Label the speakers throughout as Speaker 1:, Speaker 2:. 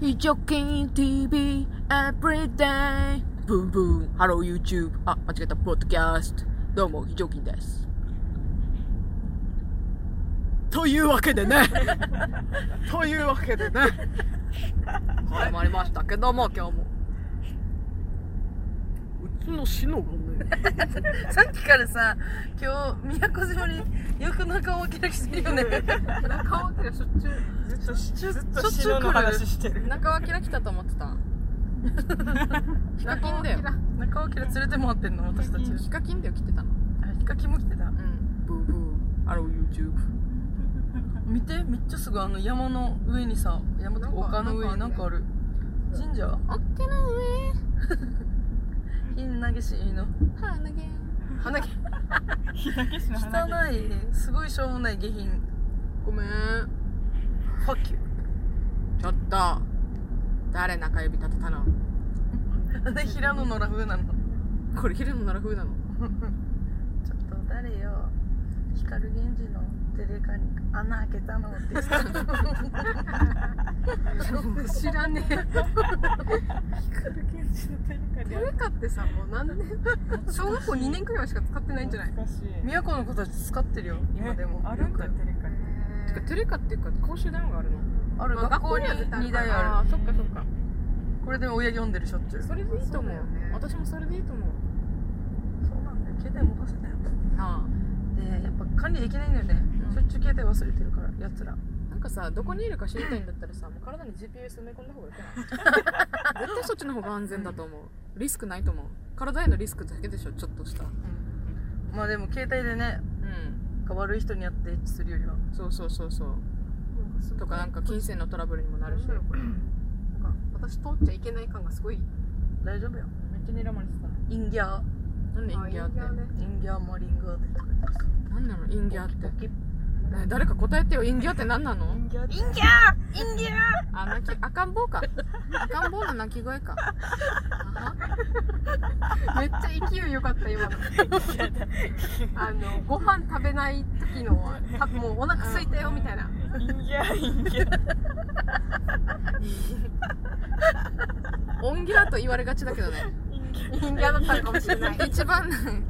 Speaker 1: 非常勤 TV Everyday ブンブンハロー YouTube あ間違えたポッドキャストどうも非常勤ですというわけで ねというわけでね始まりましたけども今日もうちのシノがね
Speaker 2: さっきからさ今日宮古島によく中を開けるしてるよね
Speaker 1: 中脇がしょっちゅう
Speaker 3: ずっとしず
Speaker 2: し
Speaker 3: っ
Speaker 2: ょ
Speaker 3: と
Speaker 2: っちゅう
Speaker 3: シノの話してる
Speaker 2: 中はキラ来たと 思ってたヒカキンだよ
Speaker 1: 中脇
Speaker 2: 中はキラ連れて回ってんの私たち
Speaker 1: だヒカキンだよ来てたの
Speaker 2: あヒカキンも来てた
Speaker 1: うんブンブンハロー YouTube
Speaker 2: 見てめっちゃすぐあの山の上にさ山とか丘の上に
Speaker 1: な
Speaker 2: なんん
Speaker 1: か
Speaker 2: かある神社
Speaker 1: あっけの上
Speaker 2: ひんなげしの
Speaker 1: はなげ
Speaker 2: 花毛
Speaker 3: 日焼けしの話
Speaker 2: 汚いすごいしょうもない下品
Speaker 1: ごめん
Speaker 2: ファッキュ
Speaker 1: ちょっと誰中指立てたの
Speaker 2: なんで平野のラフなの
Speaker 1: これ昼の奈良風なの
Speaker 2: ちょっと誰よ光源氏のデレカに穴開けたのって言ってた
Speaker 1: 知らねえ
Speaker 3: 光源氏のテレ
Speaker 1: テ
Speaker 3: カで
Speaker 1: レカってさもう何年小学校2年くらいしか使ってないんじゃない
Speaker 3: 懐かしい
Speaker 2: 宮古の子たち使ってるよ今でも
Speaker 3: えあるんだ
Speaker 2: よ
Speaker 3: テレカに
Speaker 1: てかテレカっていうか公衆電話があるの、
Speaker 2: くある
Speaker 1: まあ
Speaker 2: 学校に2台あ
Speaker 1: あーそっかそっか
Speaker 2: るこれで親読んでるしょっちゅうそ
Speaker 1: それでいいと思う
Speaker 2: そうだよね
Speaker 1: 私もそれでいいと思う
Speaker 2: うなんだよ携帯持たせたよ
Speaker 1: な
Speaker 2: でやっぱ管理できないんだよね、
Speaker 1: うん
Speaker 2: しょっちゅう携帯忘れてるからやつら
Speaker 1: あなんかさどこにいるか知りたいんだったらさもう体に GPS 埋め込んだ方がいいか な絶対そっちの方が安全だと思うリスクないと思う体へのリスクだけでしょちょっとした
Speaker 2: まあでも携帯でね
Speaker 1: うん
Speaker 2: なんか悪い人にやってエッチするよりは
Speaker 1: そうそうそうそうとかなんか金銭のトラブルにもなるし
Speaker 3: なんだろうこれなんか私通っちゃいけない感がすごいめっ
Speaker 2: 大丈夫よ
Speaker 3: ちゃ睨まれてたね
Speaker 2: インギャー
Speaker 1: なんでインギャーって
Speaker 2: インギャーマリンガーデンとか
Speaker 1: なんなのインギャーって
Speaker 2: ポキポキ
Speaker 1: ね誰か答えてよインギャーって何なの
Speaker 3: 人形
Speaker 2: インギャーインギャー
Speaker 1: あ泣き赤ん坊か赤ん坊の泣き声か
Speaker 4: めっちゃ勢い良かった 今のあのご飯食べない時のたもうお腹空いたよみたいな
Speaker 3: インギャーインギャー
Speaker 1: オンギャーと言われがちだけどね
Speaker 3: インギャー
Speaker 4: 人間だったのかもしれないさっ
Speaker 1: 一番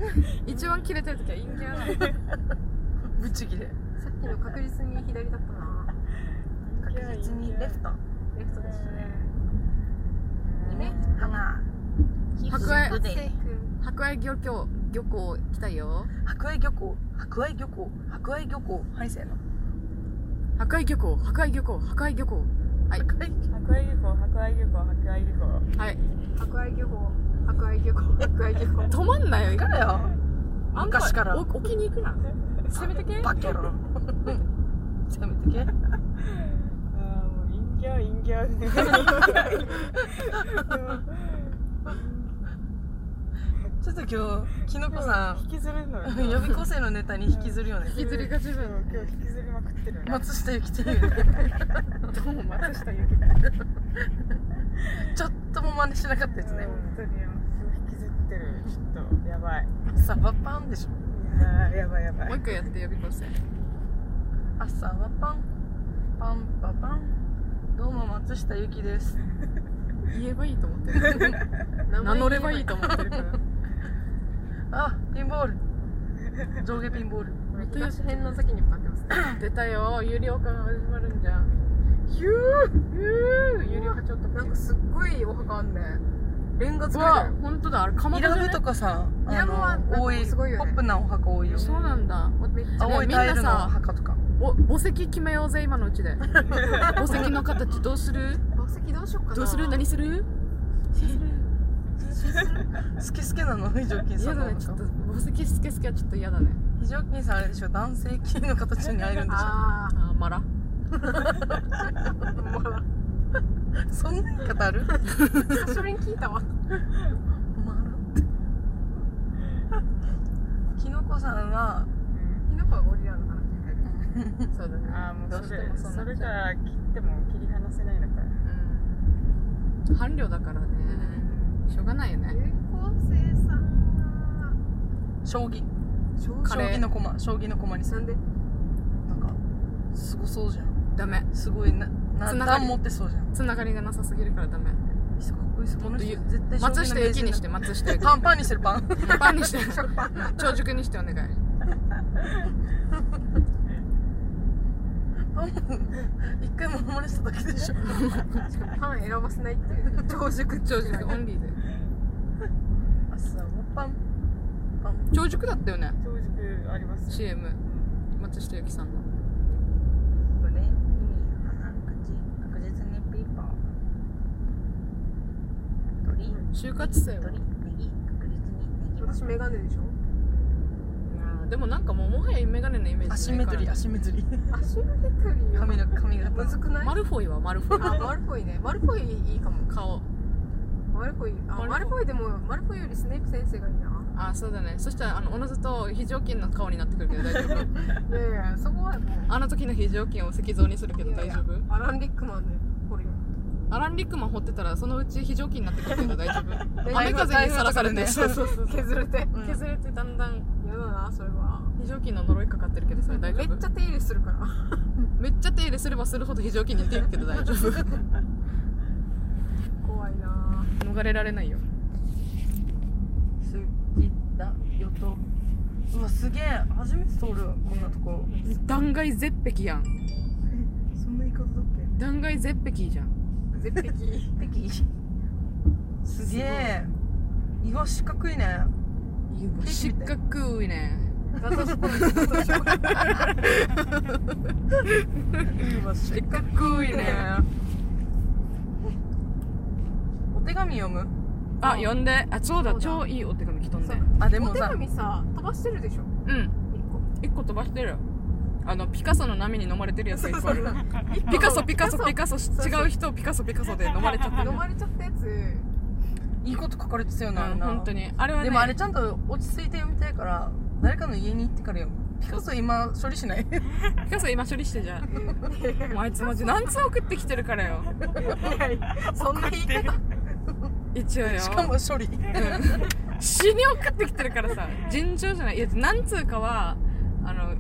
Speaker 1: 一番キレてる時はインギャー
Speaker 2: ブチギレ
Speaker 4: きの確実に左だったな
Speaker 2: 確実にレフト
Speaker 4: レフトでしたね
Speaker 2: ね花
Speaker 1: 博愛
Speaker 4: 達成
Speaker 1: 博愛漁協漁港来たよ
Speaker 2: 博愛漁港博愛漁港博愛漁港はいせーの
Speaker 1: 博愛漁港博愛漁港博愛漁港
Speaker 2: 博愛
Speaker 3: 白愛漁港白愛漁港白愛漁港
Speaker 1: はい
Speaker 4: 君博愛漁港博愛漁港博愛漁港
Speaker 1: 止まんなよ
Speaker 2: からよ
Speaker 1: あんた
Speaker 2: 昔から
Speaker 1: お置きに行くなせめてけ
Speaker 2: バケロせめてけ
Speaker 3: あーもうインギャーインギャーインギャーインギャー
Speaker 2: ちょっと今日きのこさ
Speaker 3: 引きずるのよ
Speaker 2: ん予備校生のネタに引きずるよね
Speaker 1: 引きずりが自分
Speaker 3: そう今日引きずりまくってるね
Speaker 2: 松下ゆきてるよね
Speaker 1: どうも松下ゆき
Speaker 2: ちょっとも真似しなかったやつね
Speaker 3: 本当に今日引きずってるちょっとやばい
Speaker 2: 朝はパンでしょ
Speaker 3: いやーやばいやばい
Speaker 1: もう一回やって予備校生
Speaker 2: 朝はパンパンパパンどうも松下ゆきです
Speaker 1: 言えばいいと思って る名乗ればいいと思ってるから
Speaker 2: あピンボール上下ピンボール
Speaker 4: 東辺の席に向かってます
Speaker 1: 出たよ有料化が始まるんじゃん
Speaker 2: ヒュー
Speaker 1: ゆー有料化ちょっと
Speaker 4: なんかすっごいお墓あんね
Speaker 2: レンガ
Speaker 1: う
Speaker 2: 作
Speaker 1: わ
Speaker 2: れる
Speaker 1: 本当だあれかま
Speaker 2: イ
Speaker 1: ど
Speaker 2: ラ
Speaker 1: じゃ
Speaker 2: ブ
Speaker 1: ね
Speaker 2: とかさ
Speaker 4: イラブは
Speaker 2: あ
Speaker 4: なんか
Speaker 2: の多い
Speaker 4: すごいよ
Speaker 2: ポ
Speaker 4: ね
Speaker 2: ップなお墓多いよ
Speaker 1: そうなんだ
Speaker 4: めっちゃ
Speaker 2: 青いタイルの墓とか
Speaker 1: お墓石決めようぜ今のうち で墓石の形どうする
Speaker 4: 宝石どうしようかな
Speaker 1: どうする何する
Speaker 2: スケスケなの非常勤さ
Speaker 1: 嫌
Speaker 2: んの
Speaker 1: だね
Speaker 2: 墓
Speaker 1: ちょっと墓石スケスケはちょっと嫌だね
Speaker 2: 非常勤さんあれでしょ男性系の形に会えるんでし
Speaker 4: あ
Speaker 1: あーマラ
Speaker 4: あもう
Speaker 2: ょそんな言い方ある
Speaker 4: 久しぶりに聞いたわ
Speaker 2: まあきのこさんは
Speaker 3: う
Speaker 4: キノコはゴリラの話
Speaker 1: そうだね
Speaker 3: んあーもう
Speaker 1: ど
Speaker 3: そう
Speaker 1: して
Speaker 3: れ
Speaker 1: もそうな
Speaker 3: そ
Speaker 1: っ
Speaker 3: れ
Speaker 1: ち
Speaker 3: か
Speaker 1: ゃう
Speaker 3: ら切っても切り離せないのか
Speaker 1: うん伴侶だからねしょうがないよ
Speaker 4: 有
Speaker 1: ね
Speaker 4: 効生産は
Speaker 2: 将棋
Speaker 4: 将
Speaker 2: 将
Speaker 1: カレー
Speaker 2: 棋の駒将棋の駒にす
Speaker 4: な
Speaker 2: る
Speaker 4: んで
Speaker 2: なんかすごそうじゃん
Speaker 1: ダメ
Speaker 2: すごいな
Speaker 1: つなが
Speaker 2: 何
Speaker 1: り
Speaker 2: 段持ってそうじゃん
Speaker 1: つながりがなさすぎるからダメ
Speaker 2: いいっすかっこいいっすこの人
Speaker 1: ちょっと
Speaker 2: 絶対将棋の
Speaker 1: 松下
Speaker 2: 名
Speaker 1: ゆき
Speaker 2: 人
Speaker 1: に
Speaker 2: だ
Speaker 1: して松下ゆき
Speaker 2: パンパンにしてるパン
Speaker 1: パンにして長熟にしてお願い
Speaker 2: パン一回も真似しただけでしょ
Speaker 4: しかもパン選ばせないっていう
Speaker 1: 長熟長熟オンリーで
Speaker 2: 朝はパンパン
Speaker 1: 長熟だったよね
Speaker 3: 長熟あります。
Speaker 1: CM 松下ゆきさんの
Speaker 2: これ意味鼻口確実にピーポン鳥
Speaker 1: 就活生は
Speaker 2: 鳥ネギ確実にネギ
Speaker 4: 私メガネでしょ
Speaker 1: うんでもなんかもうもはやメガネのイメー
Speaker 2: アシ
Speaker 1: ジ
Speaker 2: ン
Speaker 1: ないか
Speaker 2: メト
Speaker 1: ら
Speaker 2: リーアシンメトリー
Speaker 4: 足の出てるよ
Speaker 2: 髪の髪型
Speaker 4: むずくない
Speaker 1: マルフォイはマルフォイ
Speaker 4: あ丸っぽいね丸っぽいいいかも
Speaker 1: 顔
Speaker 4: 丸っぽいあ
Speaker 1: 丸
Speaker 4: 丸
Speaker 1: っ
Speaker 4: っ
Speaker 1: ぽ
Speaker 4: ぽいでも丸っぽいよりスネープ先生がいいな
Speaker 1: あそうだねそしたらあのおのずと非常勤の顔になってくるけど大丈夫
Speaker 4: いやいやそこはもう
Speaker 1: あの時の非常勤を石像にするけど大丈夫
Speaker 4: いやいやアラン・リックマンねこれよ
Speaker 1: アラン・リックマン掘ってたらそのうち非常勤になってくるけど大丈 夫雨
Speaker 4: 大丈夫
Speaker 1: 風にさらされて、
Speaker 2: 大丈
Speaker 1: そうそうそう
Speaker 4: 削れて嫌
Speaker 2: うん
Speaker 1: 削れてだんだん
Speaker 4: だなそれは
Speaker 1: 非常勤の呪いかかってるけどそれ
Speaker 4: め
Speaker 1: 大
Speaker 4: っ
Speaker 1: 丈夫
Speaker 4: ちゃ手入れするから
Speaker 1: めっちゃ手入れすればするほど非常勤に似ていく けど大丈夫
Speaker 4: 怖いな
Speaker 1: 逃れられないよ
Speaker 2: 好きだよとうわすげえ初めて通るわこんなとこ
Speaker 1: 断崖絶壁やん
Speaker 2: そんな言い方だっ
Speaker 1: 断崖絶壁じゃん
Speaker 4: 絶壁
Speaker 2: け敵すげえ岩四角いね
Speaker 1: いや失格いね
Speaker 4: だとしても
Speaker 2: 岩四角
Speaker 1: かっこいい
Speaker 2: いねお手紙読む
Speaker 1: あ呼んであそうだ
Speaker 4: そうだ
Speaker 1: 超いいお手紙来とんで
Speaker 2: あで
Speaker 4: お
Speaker 2: も
Speaker 4: 手
Speaker 2: さ
Speaker 4: 紙さ飛ばしてるでしょ
Speaker 1: うん
Speaker 4: 一個
Speaker 1: 一個飛ばしてるあのピカソの波に飲まれてるやつが 一個ある
Speaker 4: 一個
Speaker 1: ピカソピカソピ
Speaker 4: カ
Speaker 1: カソ
Speaker 4: そうそう
Speaker 1: 違う人をピカソピカソで飲まれちゃって
Speaker 4: ソ
Speaker 1: る
Speaker 4: 飲まれちゃったやつ
Speaker 2: いいこと書かれてたよなあ
Speaker 1: う
Speaker 2: れ
Speaker 1: ん
Speaker 2: な
Speaker 1: 本当にあれはね
Speaker 2: でもあれちゃんと落ち着いて読みたいから誰かの家に行ってから読むピカソ今処理しない
Speaker 1: ピカソ今処理してじゃんもうあいつマジ何通送ってきてるからよ
Speaker 4: そんな言い方
Speaker 1: 一応よ
Speaker 2: しかも処理
Speaker 1: うん死に送ってきてるからさ尋常じゃないいや何通かはあの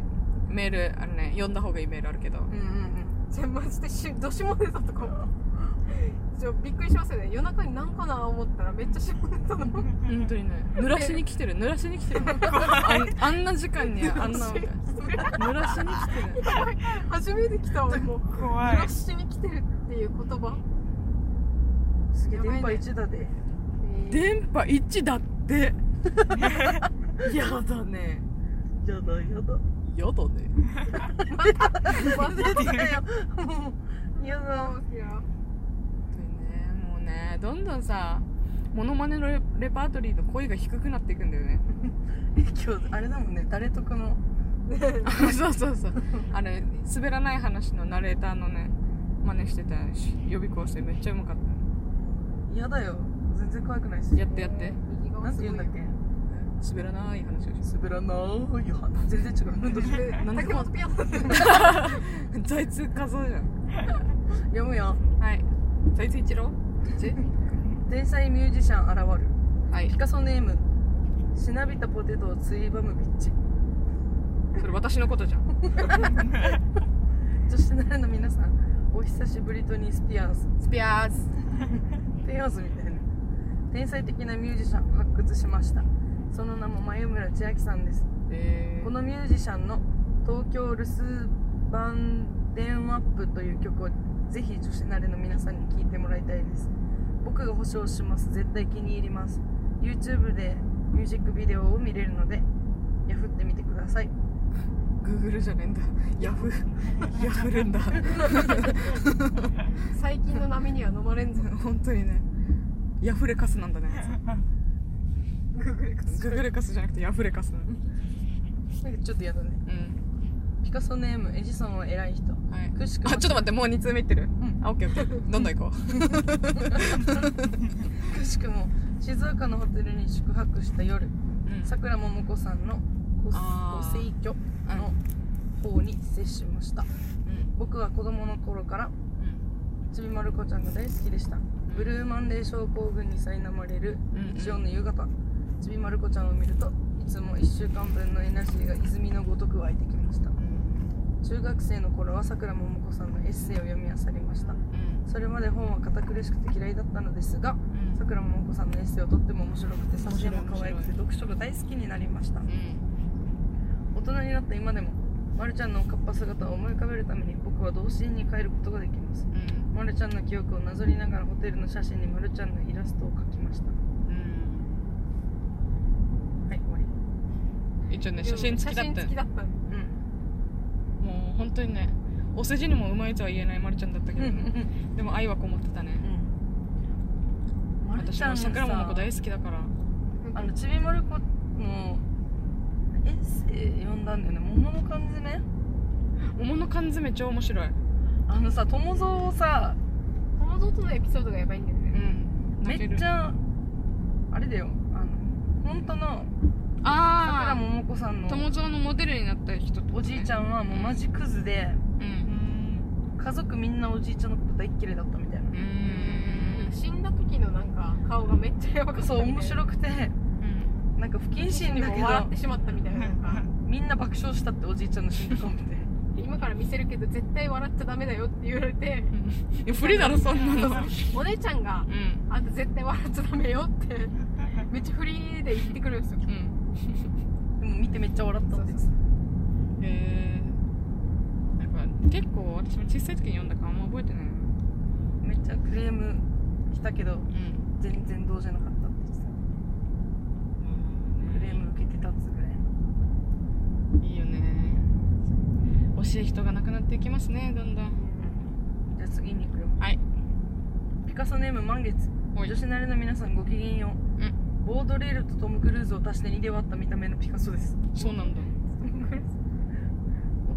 Speaker 1: メールあのね読んだ方がいいメールあるけど
Speaker 2: うんうん
Speaker 4: じゃあマジでし どしもネタと かもちょびっくりしますよね夜中に何かな思ったらめっちゃしもネタの
Speaker 1: 本当にね濡らしに来てる濡らしに来てるあんあんな時間にあんな濡らしに来てる
Speaker 4: 初めて来たわもう
Speaker 3: 怖い
Speaker 4: 暮。らしに来てるっていう言葉
Speaker 2: うんすげえ
Speaker 4: やばい
Speaker 2: 電
Speaker 4: ね
Speaker 2: 波一打で
Speaker 1: 電波1だって やだね
Speaker 2: やだやだ
Speaker 1: やだね
Speaker 2: 出てたよ もうやだ
Speaker 4: いや
Speaker 1: 本当にねもうねどんどんさモノマネのレレパートリーの声が低くなっていくんだよね
Speaker 2: え今日あれだもんね誰得の
Speaker 1: そうそうそうあれ滑らない話のナレーターのね真似してたし予備校生めっちゃうまかっ
Speaker 2: 嫌だよ全然怖くないした
Speaker 1: やってやって
Speaker 4: 右側
Speaker 2: なん
Speaker 4: す
Speaker 2: て
Speaker 4: ご
Speaker 2: 言うん
Speaker 4: い
Speaker 2: だっけ
Speaker 1: 滑らない話をし
Speaker 2: 滑らないよ全然違うどう しよう
Speaker 1: なんで
Speaker 4: 竹本ピアノ
Speaker 1: 財津和夫じゃん
Speaker 2: 読むよ
Speaker 1: はい財津一郎
Speaker 2: 天才ミュージシャン現る
Speaker 1: はい
Speaker 2: ピカソネームしなびたポテトをついばむビッチ
Speaker 1: それ私のことじゃん
Speaker 2: 女子ならの皆さんお久しぶりとニースピアーズ
Speaker 1: スピアーズ
Speaker 2: ペアーズみたいな天才的なミュージシャンを発掘しましたその名も眉村千秋さんです
Speaker 1: え
Speaker 2: このミュージシャンの「東京留守番電話アップ」という曲をぜひ女子なれの皆さんに聴いてもらいたいです僕が保証します絶対気に入ります YouTube でミュージックビデオを見れるのでヤフってみてください
Speaker 1: グーグルじゃねえんだヤフーヤフるんだ
Speaker 4: 最近の波には飲まれんぞ
Speaker 1: 本当にねヤフレカスなんだねグーグレカスじゃなくてヤフレカスなの
Speaker 2: なんかちょっとやだね
Speaker 1: うん
Speaker 2: ピカソネームエジソンは偉い人
Speaker 1: はい
Speaker 2: くしくも
Speaker 1: あちょっと待ってもう2通目いってる、
Speaker 2: ん
Speaker 1: あオッケーオッケーどんどん行こう
Speaker 2: くしくも静岡のホテルに宿泊した夜
Speaker 1: うん
Speaker 2: さくらももこさんのご
Speaker 1: あ
Speaker 2: ご
Speaker 1: ー
Speaker 2: 逝去の方に接しました
Speaker 1: うん
Speaker 2: 僕は子供の頃からちびまる子ちゃんが大好きでしたブルーマンデー症候群に苛まれる
Speaker 1: うん
Speaker 2: 日曜の夕方ちびまる子ちゃんを見るといつも1週間分のエナジーが泉のごとく湧いてきました中学生の頃はさくらももこさんのエッセイを読み漁りました
Speaker 1: うん
Speaker 2: それまで本は堅苦しくて嫌いだったのですが
Speaker 1: うん
Speaker 2: さくらももこさんのエッセイをとっても面白くて写真も可愛くて読書が大好きになりました
Speaker 1: うん
Speaker 2: 大人になった今でもまるちゃんのおかっぱ姿を思い浮かべるために僕は童心に帰ることができます
Speaker 1: うん
Speaker 2: まるちゃんの記憶をなぞりながらホテルの写真にまるちゃんのイラストを描きました
Speaker 1: うん
Speaker 2: はい終わり
Speaker 1: 一応ね写真付きだった
Speaker 4: 写真付きだった
Speaker 2: うん
Speaker 1: もう本当にねお世辞にもうまいとは言えないまるちゃんだったけど、ね、でも愛はこもってたね
Speaker 2: うんまる
Speaker 1: 私
Speaker 2: ちゃん
Speaker 1: も
Speaker 2: のさ
Speaker 1: 桜ももこ大好きだから
Speaker 2: あのちびまる子のエッセイ読んだんだよね桃の缶詰
Speaker 1: 桃の缶詰超面白い
Speaker 2: あのさ友蔵をさ
Speaker 4: 友蔵とのエピソードがやばいんだよ
Speaker 1: う
Speaker 4: ね
Speaker 1: ん
Speaker 2: め
Speaker 1: 泣ける
Speaker 2: っちゃあれだよあの本当のさくら
Speaker 1: あ
Speaker 2: ももこさん
Speaker 1: あ
Speaker 2: の
Speaker 1: 友蔵のモデルになった人ってことね
Speaker 2: おじいちゃんはもうマジクズで
Speaker 1: うん
Speaker 2: 家族みんなおじいちゃんのこと大っ嫌いだったみたいな
Speaker 1: うーん
Speaker 4: 死んだ時のなんか顔がめっちゃやばかった
Speaker 2: そう面白
Speaker 4: く
Speaker 2: くて
Speaker 1: うん
Speaker 2: なんか不謹慎
Speaker 4: に
Speaker 2: だけ
Speaker 4: も
Speaker 2: ど
Speaker 4: 笑ってしまったみたいななんか
Speaker 2: みんな爆笑したっておじいちゃんの瞬間見て
Speaker 4: 今から見せるけど絶対笑っちゃダメだよって言われて
Speaker 1: いや不利だろそんなの
Speaker 4: お姉ちゃんが
Speaker 1: うん
Speaker 4: 「あんた絶対笑っちゃダメよ」ってめっちゃフリーで言ってくるんですよ
Speaker 1: うん
Speaker 2: でも見てめっちゃ笑ったって言って
Speaker 1: へえんか結構私も小さい時に読んだからあんま覚えてないな
Speaker 2: ためっちゃクレーム来たけど
Speaker 1: うん
Speaker 2: 全然どうじゃなかったって言ってたクレーム受けてたっつぐらい
Speaker 1: いいよね惜しい人が亡くなっていきますねだんだん
Speaker 2: じゃあ次に行くよ
Speaker 1: はい
Speaker 2: ピカソネーム満月
Speaker 1: おい
Speaker 2: 女子慣れの皆さんごきげんよう、
Speaker 1: う
Speaker 2: ボードレールとトム・クルーズを足して2で割った見た目のピカソです
Speaker 1: そうなんだ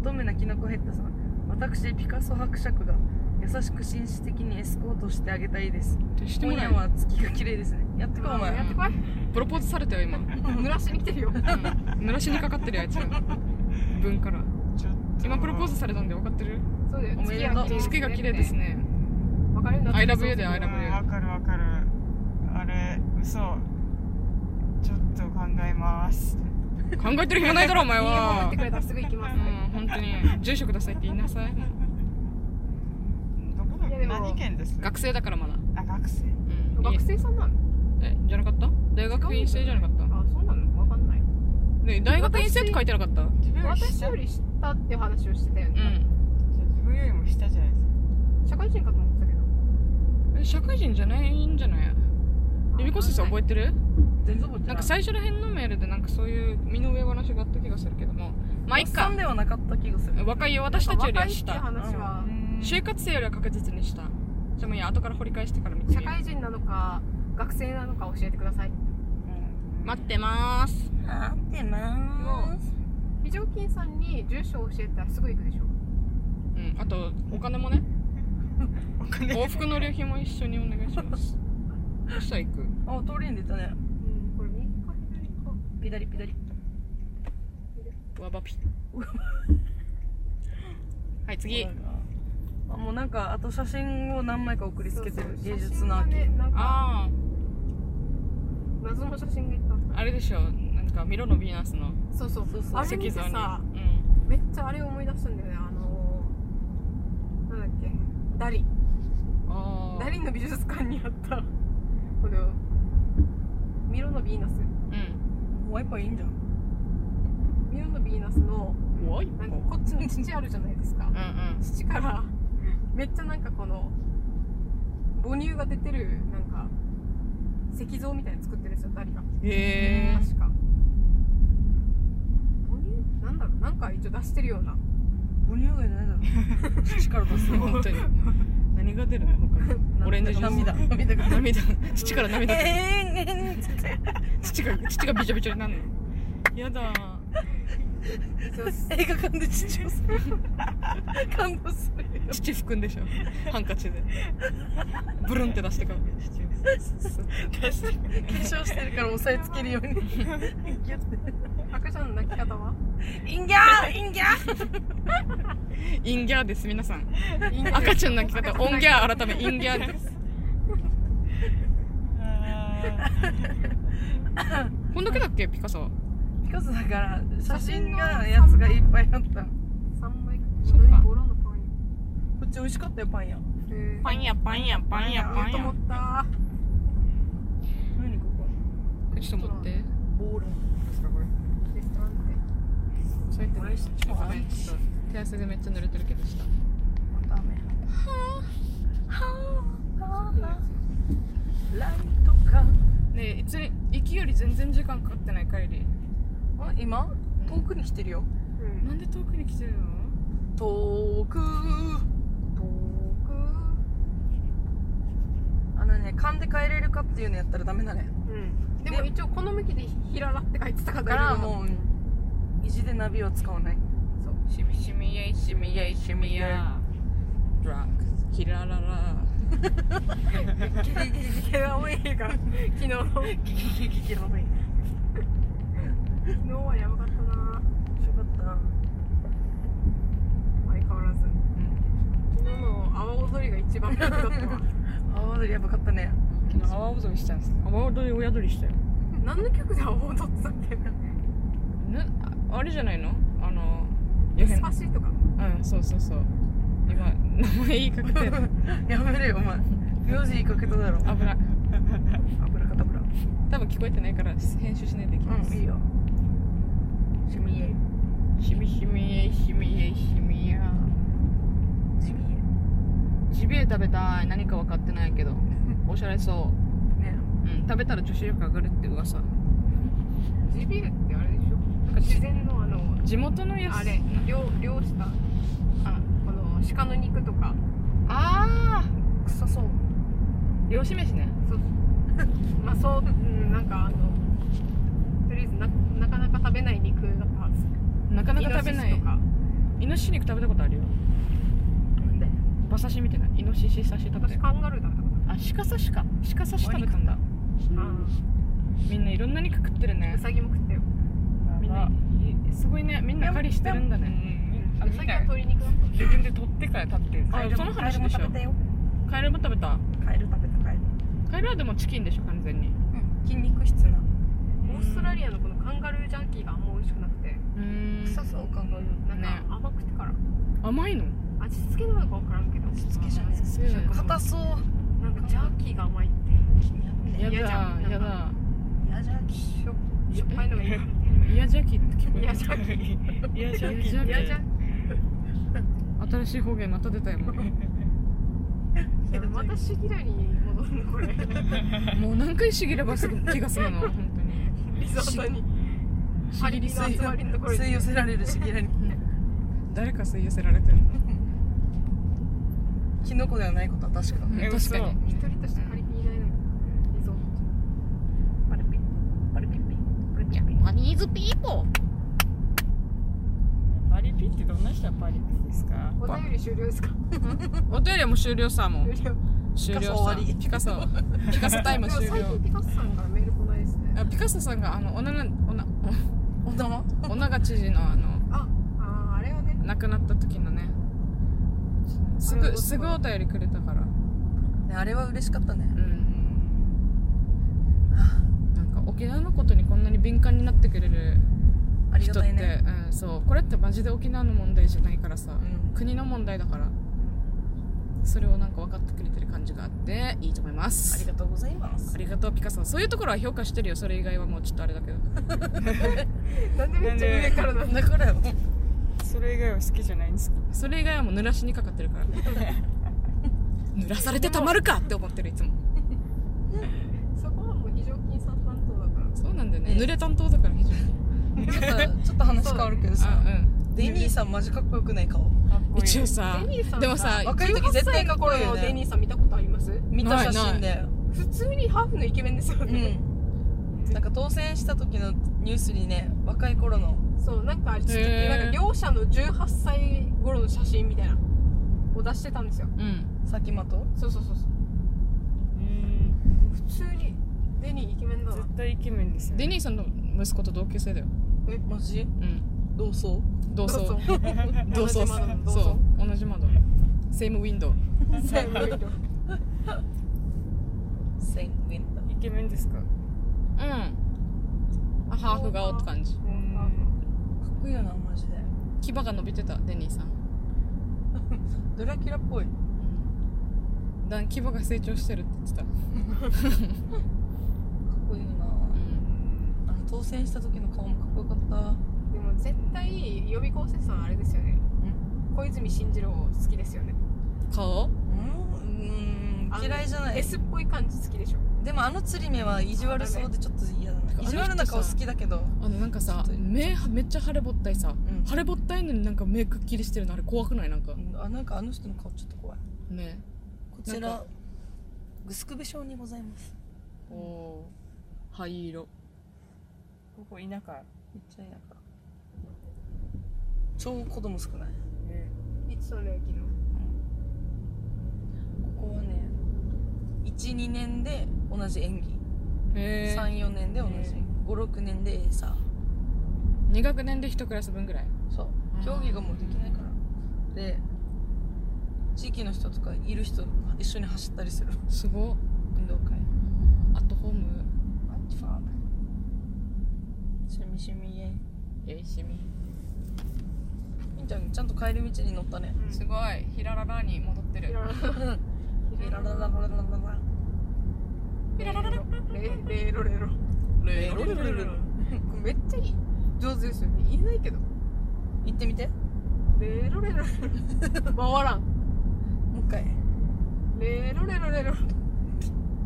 Speaker 2: 乙女なキノコヘッドさん私ピカソ伯爵が優しく紳士的にエスコートしてあげたいです
Speaker 1: ってしても
Speaker 2: 今
Speaker 1: ら
Speaker 2: 夜
Speaker 1: え
Speaker 2: は月が綺麗ですねやってこいお前
Speaker 4: やってこ い
Speaker 1: プロポーズされたよ今
Speaker 4: 濡らしに来てるよ
Speaker 1: 濡らしにかかってるやつ分から
Speaker 3: ちょっと
Speaker 1: 今プロポーズされたんで分かってる
Speaker 4: そうだよ
Speaker 2: おめでとう
Speaker 1: 月が綺麗ですね
Speaker 4: わかるようになっ
Speaker 1: I
Speaker 4: てる
Speaker 1: love you で I
Speaker 3: う
Speaker 1: love
Speaker 3: ん
Speaker 1: you
Speaker 3: わかるわかるあれ嘘ちょっと考えます
Speaker 1: 考えてる暇ないだろお前
Speaker 4: いいよ送っ
Speaker 1: は
Speaker 4: てくれたらすぐ行きます
Speaker 1: うん本当に住所くださいって言いなさい
Speaker 3: どこ
Speaker 4: いやで
Speaker 3: の
Speaker 4: も
Speaker 3: 何県です
Speaker 1: 学生だからまだ、
Speaker 3: あ学生
Speaker 1: うん、
Speaker 4: 学生さんなの
Speaker 1: えじゃなかった大学院生じゃなかった
Speaker 4: あそうなのわかんない
Speaker 1: ね大学院生って書いてなかったう
Speaker 3: 自分より
Speaker 4: 私
Speaker 3: 下
Speaker 4: より知ったっていう話をしてたよ
Speaker 1: ん
Speaker 4: ね、
Speaker 3: 自分よりも下じゃないですか
Speaker 4: 社会人かと思ってたけど
Speaker 1: え社会人じゃないんじゃないリミコスさん覚えてる
Speaker 2: 全然覚えて
Speaker 1: なんか最初ら辺のメールでなんかそういう身の上話があった気がするけどもまあいっ
Speaker 2: おっさ
Speaker 1: か
Speaker 2: んではなかった気がする
Speaker 1: 若いよ私たちよりは
Speaker 4: なん
Speaker 1: 下
Speaker 4: か若いって話は、
Speaker 1: 就活生よりは確実に下じゃあもういいや後から掘り返してから見て
Speaker 4: 社
Speaker 1: みよう
Speaker 4: 会人なのか学生なのか教えてくださ
Speaker 2: う
Speaker 4: い
Speaker 2: ん
Speaker 1: 待ってまーす
Speaker 2: 待ってまーす
Speaker 4: 非常勤さんに住所を教えたらすぐ行くでしょ
Speaker 1: うんあとお金もね
Speaker 3: お金
Speaker 1: 往復の旅費も一緒にお願いしますそしたら 行く
Speaker 2: あ通りに出たね
Speaker 4: うんこれ右か左か
Speaker 2: ピダリピダリ
Speaker 1: わばぴはい次
Speaker 2: あもうなんかあと写真を何枚か送りつけてる
Speaker 4: そうそう
Speaker 2: 芸術の秋
Speaker 4: 写真がねなんか
Speaker 1: あ
Speaker 4: 謎の写真がいっぱいあっ
Speaker 1: ああれでしょなんかミロのヴィーナスの
Speaker 4: たそうそう
Speaker 2: そうそう
Speaker 4: あれ
Speaker 1: 石
Speaker 4: 見て
Speaker 1: 像に
Speaker 4: さめっちゃあれ思い出したんだよねあのーなんだっけダリ
Speaker 1: うん、ああ
Speaker 4: ダリの美術館にあったこのミロのヴィーナス
Speaker 1: うん
Speaker 2: ワイパーいいんじゃん
Speaker 4: ミロのヴィーナスの
Speaker 1: 怖いうん
Speaker 4: なんかこっちの父あるじゃないですか
Speaker 1: うん
Speaker 4: 父からめっちゃなんかこの母乳が出てるなんか石像みたいなの作ってるんですよダリが
Speaker 1: へえ
Speaker 4: 確か母乳なんだろうなんか一応出してるような
Speaker 2: 母乳がいないだ ろ父から出すの
Speaker 1: 本当に何が出るの他にオレンジジュース
Speaker 2: 涙涙が
Speaker 1: 涙父から涙出る
Speaker 2: えーん
Speaker 1: 父が父がびちょびちょになるのやだ
Speaker 4: そうす
Speaker 2: 映画館で父をする感動するよ
Speaker 1: 父含んでしょハンカチでブルンって出してから
Speaker 2: 化粧してるから押さえつけるようにギュッて
Speaker 4: 赤ちゃんの泣き方は
Speaker 2: インギャーインギャー
Speaker 1: インギャーです皆さん
Speaker 4: いいね
Speaker 1: 赤ちゃんの泣き方オンギャー改めインギャーですこんだけだっけピカソは
Speaker 2: ピカソだから写真がやつがいっぱいあった
Speaker 4: 3枚
Speaker 3: そっか
Speaker 4: ボロのパン
Speaker 2: こっち美味しかったよパン屋
Speaker 4: 屋えー
Speaker 3: パン屋パン屋パン屋パン
Speaker 4: 言うと思
Speaker 3: 屋
Speaker 4: った
Speaker 2: 何ここ
Speaker 1: ちょっと待って
Speaker 2: ボーラ
Speaker 1: ですかこれ
Speaker 4: レストランって
Speaker 1: そうやって
Speaker 2: これ
Speaker 1: ちょっとごめんちょっと手汗でめっちゃ濡れてるけどした
Speaker 2: また雨ライトか
Speaker 1: ねえいつに行きより全然時間かかってない帰り
Speaker 2: あ今遠くに来てるよ
Speaker 4: うん
Speaker 1: なんで遠くに来てるの
Speaker 2: 遠く
Speaker 4: 遠く
Speaker 2: あのね勘で帰れるかっていうのやったらダメだね
Speaker 4: うんでも一応この向きでひららって書いてたか
Speaker 2: だから
Speaker 4: ら大丈夫
Speaker 2: もう意地でナビは使わない
Speaker 1: しみしみやいしみやいしみやドラッグスキラララ
Speaker 2: ギリギリギリが多いから
Speaker 4: 昨日
Speaker 2: ギリギリギリが多い
Speaker 4: 昨日はやばかった
Speaker 2: よ
Speaker 4: な
Speaker 2: かったな
Speaker 4: 相変わらず昨日の阿波踊りが一番ピークだったわ
Speaker 2: 阿波踊りやばかったね
Speaker 3: 昨日阿波踊りしたんです阿波踊り親鳥したよ
Speaker 4: 何の曲で阿波踊ってたっ
Speaker 1: ねああれじゃないのあの
Speaker 4: け
Speaker 1: よへん
Speaker 4: スパシーとか
Speaker 1: うんそうそうそう今名前言いかけてる
Speaker 2: やめるよお前名字言いかけただろ
Speaker 1: 危ない
Speaker 2: 油かたぶら
Speaker 1: 多分聞こえてないから編集しないといけない、
Speaker 2: うんいいよシミエ
Speaker 1: ひみひみえひみえひみや
Speaker 2: ジミ
Speaker 1: ジビエ食べたい何か分かってないけどおしゃれそ
Speaker 2: エね
Speaker 1: う、うん、食べたら女子力上がるって噂
Speaker 4: ジビエってあれでしょなんか自然のあの
Speaker 1: 地元のやつ
Speaker 4: あれ漁漁したあこの鹿の肉とか
Speaker 1: あ
Speaker 4: 臭そう
Speaker 1: ー漁師飯ね
Speaker 4: まあそう、うん、なんかあのとりあえずななかなか食べない肉だったはず
Speaker 1: なかなか食べな
Speaker 4: イノシシ
Speaker 1: い
Speaker 4: とか
Speaker 1: イノシシ肉食べたことあるよ
Speaker 2: なんで
Speaker 1: 馬刺しみたいなイノシシ刺し食べた
Speaker 4: 私
Speaker 1: よ
Speaker 4: カンガルーだったか
Speaker 1: あ鹿刺しか鹿刺し食べたんだ
Speaker 4: な、
Speaker 1: みんないろんな肉食ってる
Speaker 4: うん、
Speaker 1: ね
Speaker 4: ウサギも食ったよ
Speaker 1: みんないすごいねみんな狩りしてるんだね
Speaker 3: うん
Speaker 4: ウサギは鶏肉だった
Speaker 3: 自分で取ってから食ってる
Speaker 1: あその話でしょ
Speaker 2: カエルも食べたよ
Speaker 1: カエルも食べた
Speaker 2: カエル食べたカエル
Speaker 1: カエルはでもチキンでしょ完全に
Speaker 2: うん筋肉質な
Speaker 4: オーストラリアのこのカンガルージャンキーがあんま美味しくなくて
Speaker 1: うーん
Speaker 2: 臭そうカンガルー
Speaker 4: なん
Speaker 1: ね
Speaker 4: か甘くてから
Speaker 1: 甘いの
Speaker 4: 味付けなのか分からんけど味
Speaker 2: 付けじゃない
Speaker 1: そうだよ
Speaker 2: 硬そう
Speaker 4: なんかジャーキーが甘いって
Speaker 1: や
Speaker 4: 嫌じゃん
Speaker 1: だやだ
Speaker 2: やじゃき
Speaker 4: しょしょっぱいのがいいな
Speaker 1: イヤジャキって聞こえ
Speaker 4: 嫌
Speaker 1: た
Speaker 4: ジャーキー
Speaker 3: いやじゃあ
Speaker 1: いや
Speaker 4: 嫌ジャー
Speaker 1: 新しい方言また出たよもう
Speaker 4: キーまたシギラに戻るのこれ
Speaker 1: もう何回ちぎればすぐ気が済むの本当に
Speaker 4: リゾートにパリリの集まりのところ
Speaker 2: 吸い
Speaker 4: に
Speaker 2: 寄せられるしギラに
Speaker 1: 誰か吸い寄せられてる
Speaker 2: キノコではないことは確か
Speaker 1: うん確かに
Speaker 4: 一人としてパリピいないのにリゾート
Speaker 2: パルピパルピッピパルピッピ
Speaker 1: マニーズピーポー
Speaker 3: パリピってどんな人はパリピですか
Speaker 4: お便り終了ですか
Speaker 1: お便りはもう終了さもう
Speaker 4: 終了
Speaker 1: 終了さ
Speaker 2: ピカソ終わり
Speaker 1: ピカソピカソタイ
Speaker 4: で
Speaker 1: ム
Speaker 4: も
Speaker 1: 終
Speaker 4: 最
Speaker 1: 了
Speaker 4: 近ピカソさんからメール来ないですね
Speaker 1: あピカソさんがあの女な女
Speaker 2: お玉
Speaker 1: お女が知事のあの
Speaker 4: ああーあれはね
Speaker 1: 亡くなった時のねす
Speaker 4: あれ
Speaker 1: ぐ
Speaker 4: は
Speaker 1: すぐお便りくれたから
Speaker 2: ねあれは嬉しかったね
Speaker 1: うんなんか沖縄のことにこんなに敏感になってくれる
Speaker 2: ありが
Speaker 1: 人ったて、
Speaker 2: いね
Speaker 1: うん、そうこれってマジで沖縄の問題じゃないからさ、
Speaker 2: うん
Speaker 1: 国の問題だからそれをなんか分かってくれてる感じがあっていいと思いま
Speaker 2: あ
Speaker 1: す
Speaker 2: りがとうございます
Speaker 1: ありがとうピカさんそういうところは評価してるよそれ以外はもうちょっとあれだけど
Speaker 4: なんでめっちゃ上からなんだ
Speaker 2: だからよ
Speaker 3: それ以外は好きじゃないんですか
Speaker 1: それ以外はもう濡らしにかかってるから 濡らされてたまるかって思ってるいつも
Speaker 4: そこはもう非常勤さん担当だから
Speaker 1: そうなんだよね、
Speaker 2: ええ
Speaker 1: 濡れ担当だから非常に
Speaker 2: ちょっとちょっと話変わるけど
Speaker 1: あ
Speaker 2: さ
Speaker 1: うん
Speaker 2: デニーさんマジかっこよくない顔
Speaker 3: かっこいい
Speaker 1: 一応さ
Speaker 4: デニーさん
Speaker 1: でもさ
Speaker 2: 若い時絶対かっこいいよ
Speaker 4: 18歳の頃のデ
Speaker 2: ね
Speaker 4: ニーさん見たことあります
Speaker 2: 見た写真で
Speaker 4: 普通にハーフのイケメンですよ
Speaker 2: う
Speaker 4: ね、
Speaker 2: んなんか当選した時のニュースにね若い頃の
Speaker 4: そうなんかちょっと
Speaker 1: へー
Speaker 4: なんか両者の18歳頃の写真みたいなを出してたんですよ
Speaker 1: うん
Speaker 2: 先的
Speaker 4: そうそうそうそう
Speaker 3: うん
Speaker 4: 普通にデニーイケメンだな
Speaker 3: 絶対イケメンですよ
Speaker 1: デニーさんの息子と同級生だよ
Speaker 2: マジ
Speaker 1: うん
Speaker 2: 同窓
Speaker 1: 同
Speaker 4: そう
Speaker 1: 窓
Speaker 4: そう
Speaker 1: 同窓
Speaker 4: 同じ窓の同窓
Speaker 1: そう同じ窓セイムウィンドウ
Speaker 4: 最後 の色
Speaker 2: センウィンだ
Speaker 3: イケメンですか
Speaker 1: うんあハーフ顔って感じ
Speaker 2: かっこいいよなマジで
Speaker 1: 牙が伸びてたデニーさん
Speaker 2: ドラキュラっぽい
Speaker 1: だんだん規模が成長してるって言ってた、
Speaker 2: かっこいいなあの当選した時の顔もかっこよかった
Speaker 4: でも絶対予備校生さんあれですよね小泉進次郎好きですよね
Speaker 1: 顔
Speaker 2: うん
Speaker 4: あの
Speaker 2: 嫌いじゃない
Speaker 4: S っぽい感じ好きでしょ
Speaker 2: でもあの釣り目は意地悪そうでちょっと嫌だな意地悪な顔好きだけど
Speaker 1: あのなんかさ
Speaker 2: ちょっと
Speaker 1: 目めっちゃ腫れぼったいさ、
Speaker 2: うん
Speaker 1: 腫れぼったいのになんか目くっきりしてるのあれ怖くないなんか
Speaker 2: うんあなんかあの人の顔ちょっと怖い
Speaker 1: ね
Speaker 2: こち
Speaker 1: なん
Speaker 2: ら
Speaker 1: か
Speaker 2: グスクベ症にございます
Speaker 1: おおー灰色
Speaker 3: ここ田舎
Speaker 2: めっちゃ嫌か超子供少ない
Speaker 3: ね
Speaker 4: いつそれ昨日
Speaker 2: ここはね12年で同じ演技
Speaker 1: へえ
Speaker 2: 34年で同じ56年でエーサー
Speaker 1: 2学年で1クラス分ぐらい
Speaker 2: そう
Speaker 1: うん
Speaker 2: 競技がもうできないからで地域の人とかいる人一緒に走ったりする
Speaker 1: すごっ
Speaker 2: 運動会
Speaker 1: アットホーム
Speaker 2: マッチファーム趣味趣味イエイ
Speaker 1: よいしみ
Speaker 2: みんちゃんちゃんと帰り道に乗ったね
Speaker 4: うん
Speaker 1: すごいひらららに戻って
Speaker 4: い
Speaker 1: る
Speaker 4: ろいろ
Speaker 2: ラララララララ
Speaker 4: レレロレロ
Speaker 2: レロレロレロ
Speaker 4: めっちゃいい上手ですよね言えないけど
Speaker 2: 行ってみても
Speaker 4: レロレロレロ回らん
Speaker 2: う 一回
Speaker 4: レロレロレロ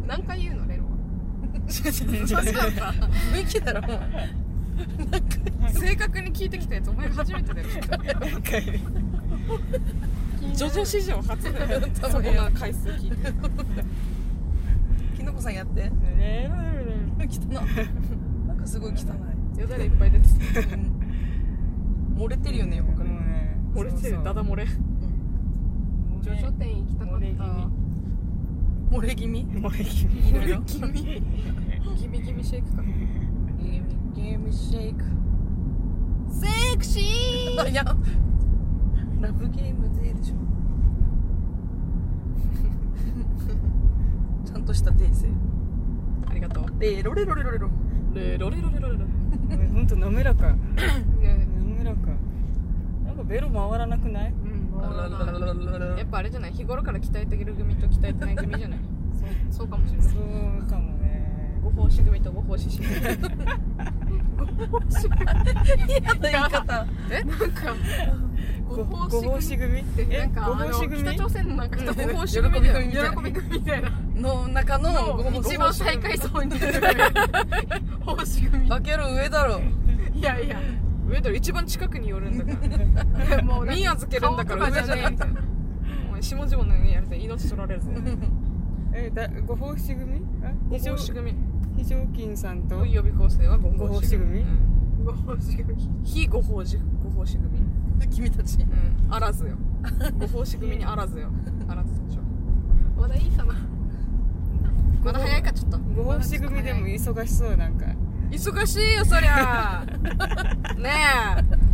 Speaker 4: 何回言うのレロは
Speaker 2: 雰囲気だろもう
Speaker 1: 正確に聞いてきたやつお前初めてだよきっと
Speaker 2: 一回で
Speaker 1: ジョジョ史上初だよ そこが回数聞いて
Speaker 2: きのこさんやって
Speaker 3: レロレロレロ
Speaker 2: 汚なんかすごい汚い
Speaker 1: よだれいっぱい出てき
Speaker 2: 漏れてるよね横
Speaker 3: こ
Speaker 2: か
Speaker 3: れ
Speaker 2: ら
Speaker 3: もね
Speaker 1: た漏れてるダダ漏れ
Speaker 4: ジョジョ店行きたかった
Speaker 2: 漏れ気味
Speaker 3: 漏れ気味
Speaker 2: いろいろ
Speaker 4: ギミギミシェイクか
Speaker 2: ゲームゲームシェイク
Speaker 4: セクシー
Speaker 2: いやラブゲームででしょちゃんとした訂正
Speaker 1: ありがとう
Speaker 2: でロレロレロレロ
Speaker 1: レロレロレロレロ
Speaker 3: ほんと滑らか
Speaker 4: ね
Speaker 3: 滑らかなんかベロ回らなくない
Speaker 4: うん回らない
Speaker 1: やっぱあれじゃない日頃から鍛えてる組と鍛えてない組じゃない
Speaker 4: そうそうかもしれない
Speaker 3: そうかもね
Speaker 1: ご奉仕組とご奉仕し組
Speaker 2: 言い方
Speaker 4: えなんか
Speaker 3: ご
Speaker 4: ご
Speaker 3: ご
Speaker 4: 奉
Speaker 3: 奉
Speaker 4: 仕
Speaker 3: 仕
Speaker 4: 組
Speaker 3: 組
Speaker 4: って
Speaker 3: え
Speaker 4: なんか
Speaker 3: ご
Speaker 4: あ
Speaker 3: 奉仕
Speaker 4: の
Speaker 3: 組
Speaker 4: 北朝鮮のなんか
Speaker 1: ご
Speaker 4: 喜
Speaker 1: 奉仕組だよ
Speaker 2: 喜び組
Speaker 4: び組みたいな
Speaker 2: の中のご
Speaker 4: 一番最下位そうに出てくる奉仕組
Speaker 2: バケロ上だろ
Speaker 4: いや いや
Speaker 1: 上だろ一番近くに寄るんだから
Speaker 4: もう
Speaker 1: 身預けるんだから
Speaker 4: 顔と
Speaker 1: 上
Speaker 4: か
Speaker 1: じ
Speaker 4: じゃ
Speaker 1: ゃ
Speaker 4: ね
Speaker 1: ねえ
Speaker 4: え
Speaker 1: みたいなお前下々のようにやると命取ら れるぞ
Speaker 3: えだご奉仕組あ
Speaker 1: ご
Speaker 3: 非常
Speaker 1: 奉仕組
Speaker 3: 非常勤さんと
Speaker 1: と予備校生はご奉仕組
Speaker 3: ご奉仕
Speaker 1: うん
Speaker 3: 組
Speaker 4: ご奉仕組
Speaker 1: 非ご奉仕ご奉仕組
Speaker 2: 君たち
Speaker 1: うんあらず よご奉仕組にあらずよあらずでしょ
Speaker 4: まだいい かな
Speaker 1: まだ早いかちょっと
Speaker 3: ご奉仕組でも忙しそうなんか
Speaker 1: 忙しいよそり ゃね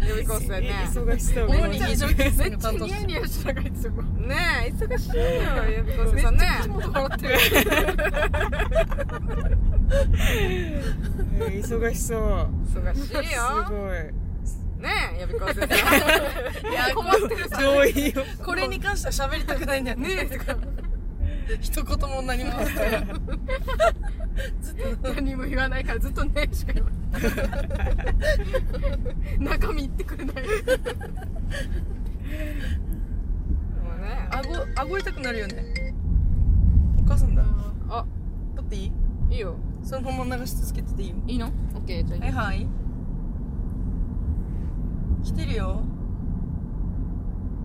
Speaker 1: え予備校生ね
Speaker 3: 忙しそう
Speaker 2: 主に非常勤
Speaker 4: め
Speaker 2: 生
Speaker 4: っ
Speaker 2: の
Speaker 4: ちゃ
Speaker 2: 担当
Speaker 4: ニヤニヤしながら言ってたよ
Speaker 1: ねえ忙しいよ予備校
Speaker 4: め
Speaker 1: 生
Speaker 4: っち
Speaker 1: さんね
Speaker 4: ゃ口元笑ってる
Speaker 3: えー忙しそう
Speaker 1: 忙しい
Speaker 3: す
Speaker 1: よ
Speaker 3: ごい
Speaker 1: ねえ予備校生さん
Speaker 4: いや困ってるさ
Speaker 3: 上位よ
Speaker 2: これに関しては喋りたくないんだよねとか一言も何も
Speaker 4: 何も言わないからずっとねしか言わ ない中身言ってくれない
Speaker 1: もうね
Speaker 2: 顎顎痛くなるよねお母さんだ
Speaker 1: あ
Speaker 2: 取っていい
Speaker 1: いいよ
Speaker 2: そのまま流し続けてていいよ
Speaker 1: いいのオッケーじゃあいい
Speaker 2: はいはい来てるよ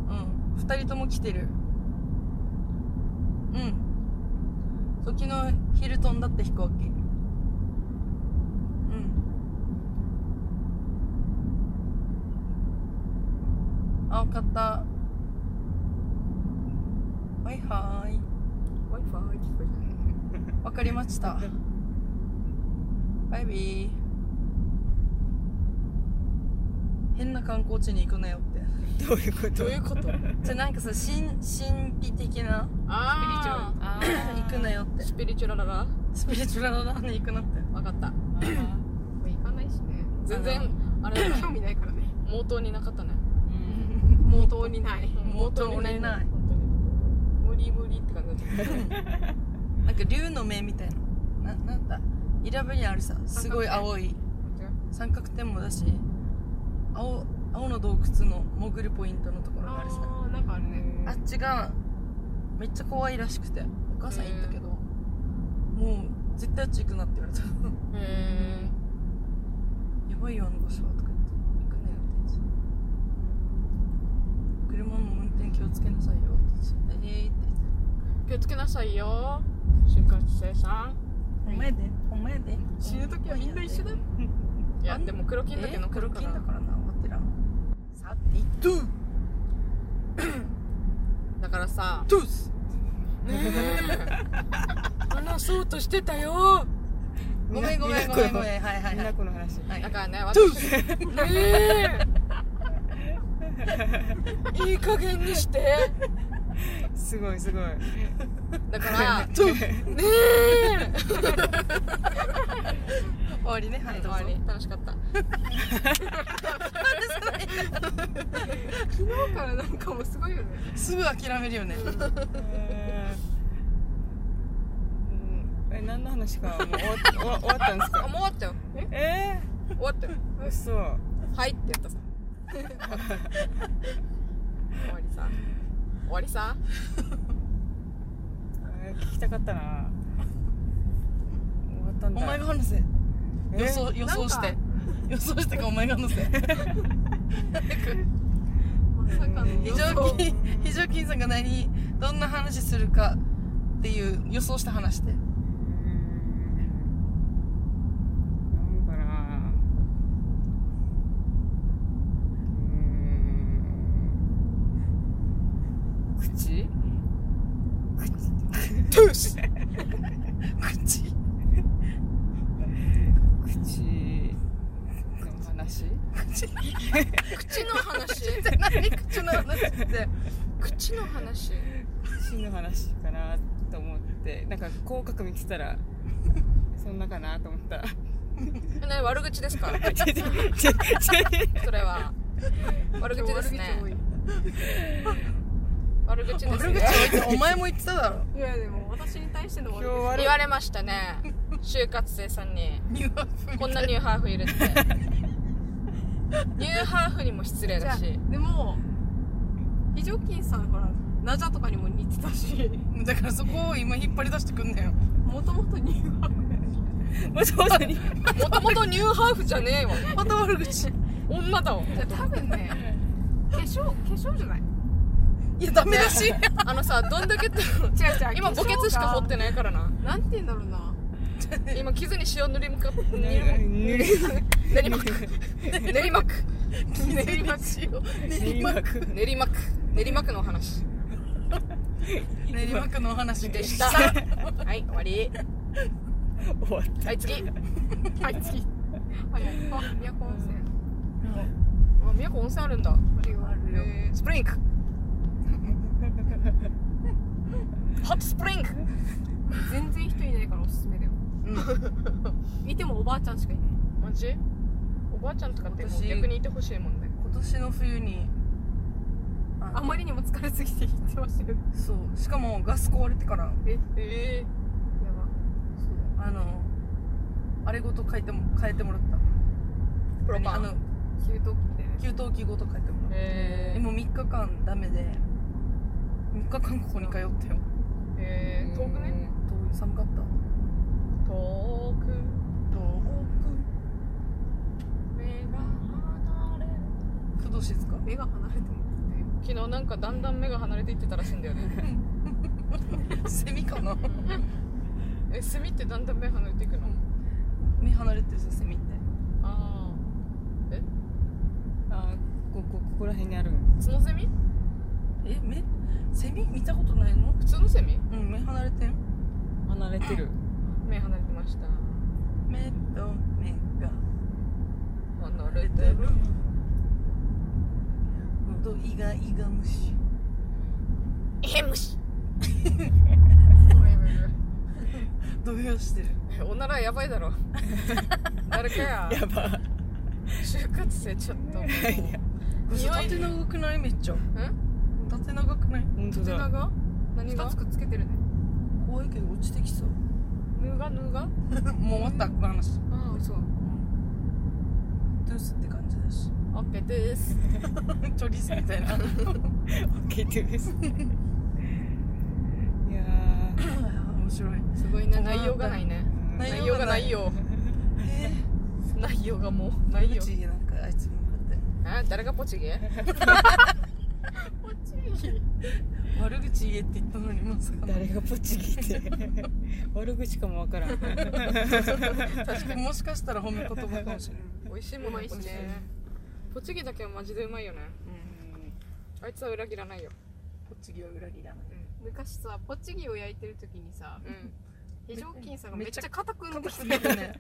Speaker 2: うん2人とも来てるうんそう昨日ヒルトンだって飛行機うんあ分かったはいはー
Speaker 1: Wi-Fi
Speaker 2: い
Speaker 1: 聞こ
Speaker 2: わかりました。バイビー。変な観光地に行くなよって。
Speaker 3: どういうこと
Speaker 1: どういうこと
Speaker 2: じゃあなんかさ、神神秘的な
Speaker 1: ああ
Speaker 2: 行くなよって。
Speaker 1: スピリチュラララ
Speaker 2: スピリチュアルなのに行くなって。
Speaker 1: 分かった
Speaker 4: 行かないしね
Speaker 1: 全然あれだね
Speaker 4: 興味ないからね
Speaker 1: 毛頭になかったね
Speaker 2: うん
Speaker 4: 毛頭にない
Speaker 1: 毛
Speaker 2: 元折れない
Speaker 1: 本当に無理無理って感じだった
Speaker 2: なんか竜の目みたいなななんだイラブにあるさすごい青い三角点もだし青青の洞窟の潜るポイントのところがあるさ
Speaker 4: あーなんかあるね
Speaker 2: あっちがめっちゃ怖いらしくてお母さん行ったけど、もう絶対あっち行くなって言われたや
Speaker 1: へ
Speaker 2: ばいよあの場所はとか言って行くねよって言って車の運転気をつけなさいよって言ってえーって言って
Speaker 1: え気をつけなさいよ就活生さん
Speaker 2: お前でお前で
Speaker 1: 死ぬ時はみんな一緒だよいやでも黒金だけ
Speaker 2: えー
Speaker 1: 残
Speaker 2: 黒
Speaker 1: るか
Speaker 2: 金だ
Speaker 1: ら
Speaker 2: からな終わってらさていトゥー
Speaker 1: だからさ
Speaker 2: トゥース
Speaker 1: 話そうとしてたよ
Speaker 2: ごめんごめんごめんごめんはいはい
Speaker 3: み
Speaker 2: は
Speaker 3: んないこの話
Speaker 2: はい
Speaker 1: だからね
Speaker 2: トゥ
Speaker 1: 私
Speaker 2: ース
Speaker 1: ねえいい加減にして
Speaker 3: すごいすごい
Speaker 1: だから
Speaker 2: トゥース
Speaker 1: ねえ
Speaker 2: 終わりねは
Speaker 1: はいい終
Speaker 2: どうぞ
Speaker 1: わり楽しかった
Speaker 4: 昨日からなんかもうすごいよね
Speaker 2: すぐ諦めるよね
Speaker 3: え何の話かもう終わっ終わ終わったんです
Speaker 1: あ
Speaker 3: か
Speaker 1: もう終わったよ
Speaker 3: え
Speaker 1: 終わったよ
Speaker 3: ー、嘘
Speaker 1: はいってやったさ終わりさ終わりさ
Speaker 3: えー聞きたかったな終わったん
Speaker 2: お
Speaker 3: だ
Speaker 2: 前が話せ
Speaker 3: え
Speaker 2: 予想予想して予想してかお前が話 せ
Speaker 4: まさかの
Speaker 2: 非常勤非常勤さんが何どんな話するかっていう予想して話して
Speaker 3: なんかなうーん口
Speaker 2: トゥース口
Speaker 3: 口の話
Speaker 1: 口の話
Speaker 2: 何口 の話って
Speaker 1: 口の話
Speaker 3: 口の話かなと思ってなんか口角見てたらそんなかなと思ったら
Speaker 1: えね悪口ですか
Speaker 3: ちょちょちょちょ
Speaker 1: それは悪口ですね
Speaker 4: 悪
Speaker 1: 悪口
Speaker 4: 口
Speaker 1: です
Speaker 2: 悪口
Speaker 1: ね
Speaker 2: 言ってお前も言ってただろ
Speaker 4: 多いいやでも私に対しての
Speaker 3: 今日
Speaker 4: 悪口
Speaker 3: 悪
Speaker 1: 言われましたね就活生さんに
Speaker 2: ニューアップ
Speaker 1: こんなニューハーフいるってニューハーフにも失礼
Speaker 4: じゃ
Speaker 1: だ
Speaker 4: あ
Speaker 1: し
Speaker 4: でも非常勤さんからナジャとかにも似てたし
Speaker 2: だからそこを今引っ張り出してくんなよ
Speaker 4: もともとには
Speaker 3: もしもし
Speaker 1: もともとニューハーフじゃねえわ
Speaker 2: また悪口
Speaker 1: 女だわ
Speaker 4: 多分ね化粧化粧じゃない
Speaker 2: いやダメだし
Speaker 1: あのさどんだけって
Speaker 4: 違う違う
Speaker 1: 今墓穴しか掘ってないからな
Speaker 4: なんて言うんだろうな
Speaker 1: 今傷に塩塗りむか塗りまく
Speaker 3: ぬる
Speaker 1: 練りまく練りまく
Speaker 2: 練馬しよう練馬区
Speaker 1: 練りまく練りまくのお話
Speaker 2: 練馬区のお話
Speaker 1: で
Speaker 2: で
Speaker 1: し
Speaker 2: したた
Speaker 1: はい終わり
Speaker 3: 終わっ
Speaker 1: はい次
Speaker 4: はい次はいあ宮古温泉
Speaker 1: あ宮古温泉あるんだ
Speaker 4: あれがあるよ
Speaker 1: えースプ リンクホットスプリンク
Speaker 4: 全然人いないからおすすめだよいてもおばあちゃんしかいない
Speaker 1: マジおばあちゃんとかってもう
Speaker 2: 私
Speaker 1: 逆にいてほしいもんね
Speaker 2: 今年の冬に
Speaker 4: あまりにも疲れすぎて言ってましたよ
Speaker 2: そうしかもガス壊れてから
Speaker 4: えや
Speaker 1: え
Speaker 4: ばそう
Speaker 2: あのあれごと変えても変えてもらった
Speaker 1: ー、プロパ
Speaker 2: あ
Speaker 1: ン
Speaker 2: の
Speaker 4: だ給湯器みたいな
Speaker 2: 給湯器ごと変えてもらっ
Speaker 1: え
Speaker 2: た
Speaker 1: ー
Speaker 2: もう3日間ダメで3日間ここに通ったよ
Speaker 1: えー、遠くね
Speaker 2: 遠い寒かった
Speaker 1: 遠く
Speaker 2: 遠
Speaker 1: 目が離れ
Speaker 2: く工藤静香
Speaker 4: 目が離れても
Speaker 1: 昨日なんかだんだん目が離れていってたらしいんだよね
Speaker 2: セミかな
Speaker 1: えセミってだんだん目離れていくの
Speaker 2: 目離れてるさセミって
Speaker 1: あ
Speaker 3: あここここら辺にある
Speaker 1: あ角ゼミ
Speaker 2: え目セミ見たことないの
Speaker 1: 普通のセミ
Speaker 2: うん目離れてん
Speaker 3: 離れてる
Speaker 1: 目離れてました
Speaker 2: 目と目が
Speaker 1: 離
Speaker 2: 出
Speaker 1: れて
Speaker 2: て
Speaker 1: る
Speaker 2: る喉イガイガ虫
Speaker 1: え虫
Speaker 2: 動揺してる
Speaker 1: おならやばいだろ誰かや
Speaker 3: やば
Speaker 1: 就活生ちょっともう
Speaker 3: いや
Speaker 2: これ縦長くないめっちゃ
Speaker 1: ん
Speaker 2: 縦長くない
Speaker 3: 本当
Speaker 1: 縦
Speaker 3: だ
Speaker 1: 長何
Speaker 4: 一
Speaker 1: が
Speaker 4: つくっつけてるね
Speaker 2: 怖いけど落ちてきそう
Speaker 1: ぬがぬが
Speaker 2: もう終わったこの話
Speaker 1: ああそう
Speaker 2: トゥースって感じだ し
Speaker 1: オッケーです
Speaker 2: チョリスみたいな
Speaker 3: 聞いてですねいや
Speaker 2: 面白い
Speaker 1: すごいね内容がないね
Speaker 3: ー
Speaker 2: 内
Speaker 1: 内容がないよ
Speaker 2: え
Speaker 1: 内容がもうな
Speaker 2: ー、
Speaker 1: いよ
Speaker 2: 口なんかあいつに向かって
Speaker 1: え誰がポチゲ
Speaker 2: 悪口言えって言ったのにまさか
Speaker 3: 誰がポチギ って悪口かもわ からん
Speaker 2: 確かにもしかしたら褒め言葉かもしれない、
Speaker 1: 美味しいもん
Speaker 4: うまいしね
Speaker 1: ポチゲだけはマジでうまいよね
Speaker 2: うん、
Speaker 1: あいつは裏切らないよ
Speaker 2: こっちは裏切らない
Speaker 4: 昔さポチギを焼いてる時にさ
Speaker 1: うん
Speaker 4: 非常勤さんが
Speaker 1: めっ
Speaker 4: めっ
Speaker 1: ち
Speaker 4: ち
Speaker 1: ゃ
Speaker 4: ゃ硬くなってきて
Speaker 2: ね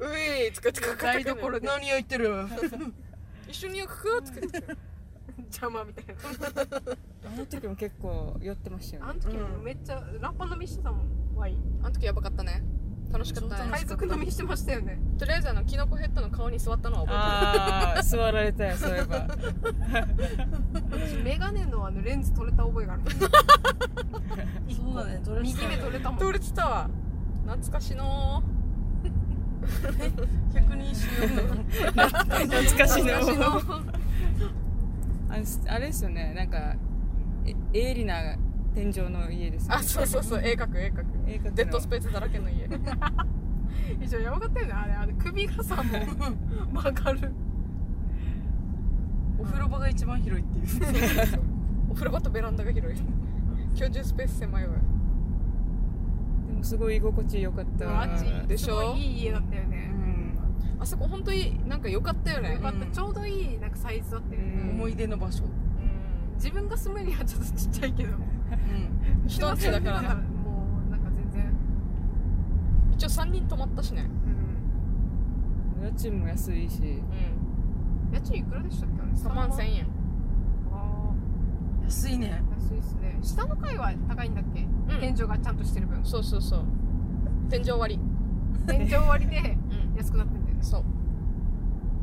Speaker 1: うえいつかつか
Speaker 2: 台所で何を言ってるあ
Speaker 1: 一緒に焼くかつけて
Speaker 4: 邪魔みたいな
Speaker 3: あの時も結構酔ってましたよ
Speaker 4: あ
Speaker 3: ね
Speaker 4: の時もめっちゃラッパ飲みしてたもんワイン
Speaker 1: あの時やばかったね楽しかった
Speaker 2: 楽
Speaker 1: ね
Speaker 2: しか
Speaker 4: 海
Speaker 2: った
Speaker 4: 賊飲みしてましたよね
Speaker 1: とりあえずあのキノコヘッドの顔に座ったのは覚えてる
Speaker 3: ああ座られたよそういえば
Speaker 4: 私メガネのあのレンズ取れた覚えがある
Speaker 2: そうだね、取れ
Speaker 4: 右目取れたもん
Speaker 1: 取れてたわ懐かしの
Speaker 2: 百人一首の
Speaker 3: 懐かしい
Speaker 4: 昔
Speaker 3: の
Speaker 4: の
Speaker 3: あのあれですよねなんかえ鋭利な天井の家ですよ
Speaker 1: あ
Speaker 3: ね
Speaker 1: そうそうそう絵描く絵描く
Speaker 3: 鋭角な
Speaker 1: デッドスペースだらけの家
Speaker 4: 以上やばかったよねあれあの首がさもう曲がる
Speaker 2: お風呂場が一番広いっていう
Speaker 1: お風呂場とベランダが広い居住スペース狭いわ
Speaker 3: でもすごい居心地良かった
Speaker 4: マジ
Speaker 1: でしょ
Speaker 4: すごいいい家だったよね、
Speaker 2: ん、
Speaker 1: あそこ本当になんか良かったよね
Speaker 4: よかった、
Speaker 2: うん
Speaker 4: ちょうどいいなんかサイズだったよね、
Speaker 3: うん
Speaker 2: 思い出の場所、
Speaker 1: うん
Speaker 4: 自分が住むにはちょっとちっちゃいけど
Speaker 2: うん、
Speaker 1: 人んちだからね
Speaker 4: もうなんか全然、
Speaker 1: 一応3人泊まったしね
Speaker 4: うん、
Speaker 3: 家賃も安いし
Speaker 1: うん
Speaker 4: 家賃いくらでしたっけあれ
Speaker 1: 3万1000円
Speaker 4: あ
Speaker 2: 安いね
Speaker 4: あ安いですね下の階は高いんだっけ、
Speaker 1: ん
Speaker 4: 天井がちゃんとしてる 分
Speaker 1: そうそうそう天井割り
Speaker 4: 天井割りで
Speaker 1: うん
Speaker 4: 安くなってんだよね
Speaker 1: そう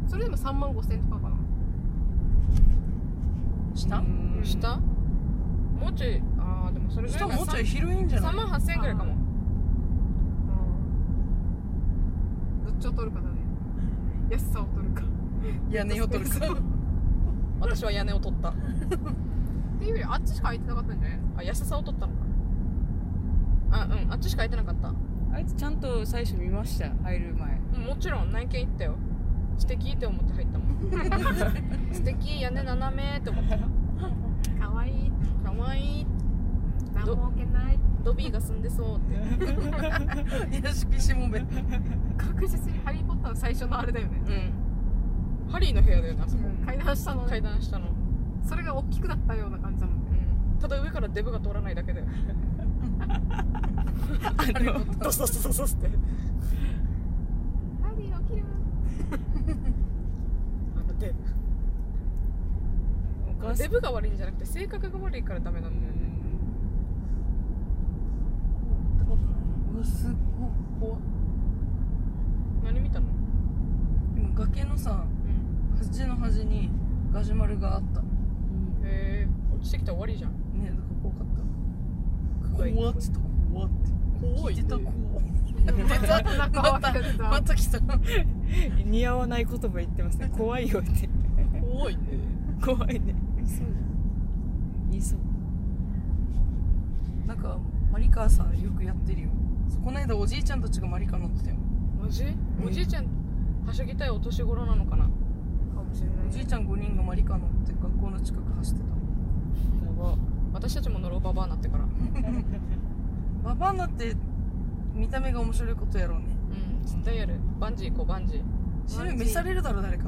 Speaker 4: それでも3万5千とかかな
Speaker 2: 下
Speaker 3: うん
Speaker 1: 下もうちょいああでもそれぐら
Speaker 2: 下
Speaker 1: い
Speaker 2: もうちょい広いんじゃ
Speaker 1: 3
Speaker 2: ない
Speaker 1: 万8000円ぐらいかも
Speaker 4: どっちを取るかだね安さを取るか
Speaker 2: 屋根を取るか
Speaker 1: 私は屋根を取った
Speaker 4: っていうよりあっちしか空いてなかったんじゃない
Speaker 1: あ安さを取ったのかあうんあっちしか空いてなかった
Speaker 3: あいつちゃんと最初見ました入る前
Speaker 1: うんもちろん内見行ったよ素敵って思って入ったもん 素敵屋根斜めって思った
Speaker 4: かわいい
Speaker 1: かわいい
Speaker 4: 何も置けない
Speaker 1: ドビーが住んでそうって
Speaker 2: 屋敷しもべ
Speaker 4: 確実に「ハリー・ポッター」の最初のあれだよね、
Speaker 1: うんハリーの部屋だよねあそこ、
Speaker 4: 階段下の
Speaker 1: 階段下の
Speaker 4: それが大きくなったような感じだもんね
Speaker 1: うんただ上からデブが通らないだけだよ あのドソドソドソって
Speaker 4: ハリー起きる
Speaker 1: あのデブ
Speaker 3: お母さ
Speaker 1: デ
Speaker 3: ん
Speaker 1: ブが悪いんじゃなくて性格が悪いからダメなんだよね
Speaker 2: うわすっごい怖っ
Speaker 1: 何見たの
Speaker 2: 今崖の
Speaker 1: う
Speaker 2: さ
Speaker 1: ん
Speaker 2: 端の端にガジュマルがあった
Speaker 1: へえ落ちてきたら終わりじゃん
Speaker 2: ねなんか怖かった
Speaker 1: 怖い
Speaker 2: 怖っちょっと怖っ
Speaker 1: 怖
Speaker 2: て
Speaker 1: い
Speaker 2: 出
Speaker 1: ね
Speaker 2: た怖っ
Speaker 4: また仲悪くな
Speaker 2: ま
Speaker 4: った
Speaker 2: 来た
Speaker 3: うん似合わない言葉言ってますね怖いよって
Speaker 2: 怖いね
Speaker 3: 怖いね言いそう
Speaker 2: なんかマリカーさんよくやってるよこの間おじいちゃんたちがマリカ乗ってたよ
Speaker 1: マジおじいちゃんはしゃぎたいお年頃なのかな
Speaker 4: かもしれな
Speaker 2: おじいちゃん5人がマリカ乗って学校の近く走ってた
Speaker 3: やば
Speaker 1: 私たちも乗ろうババアになってからう
Speaker 2: ババアになって見た目が面白いことやろうね
Speaker 1: ん絶対やるバンジー行こうバンジー
Speaker 2: 死ぬ召されるだろ誰か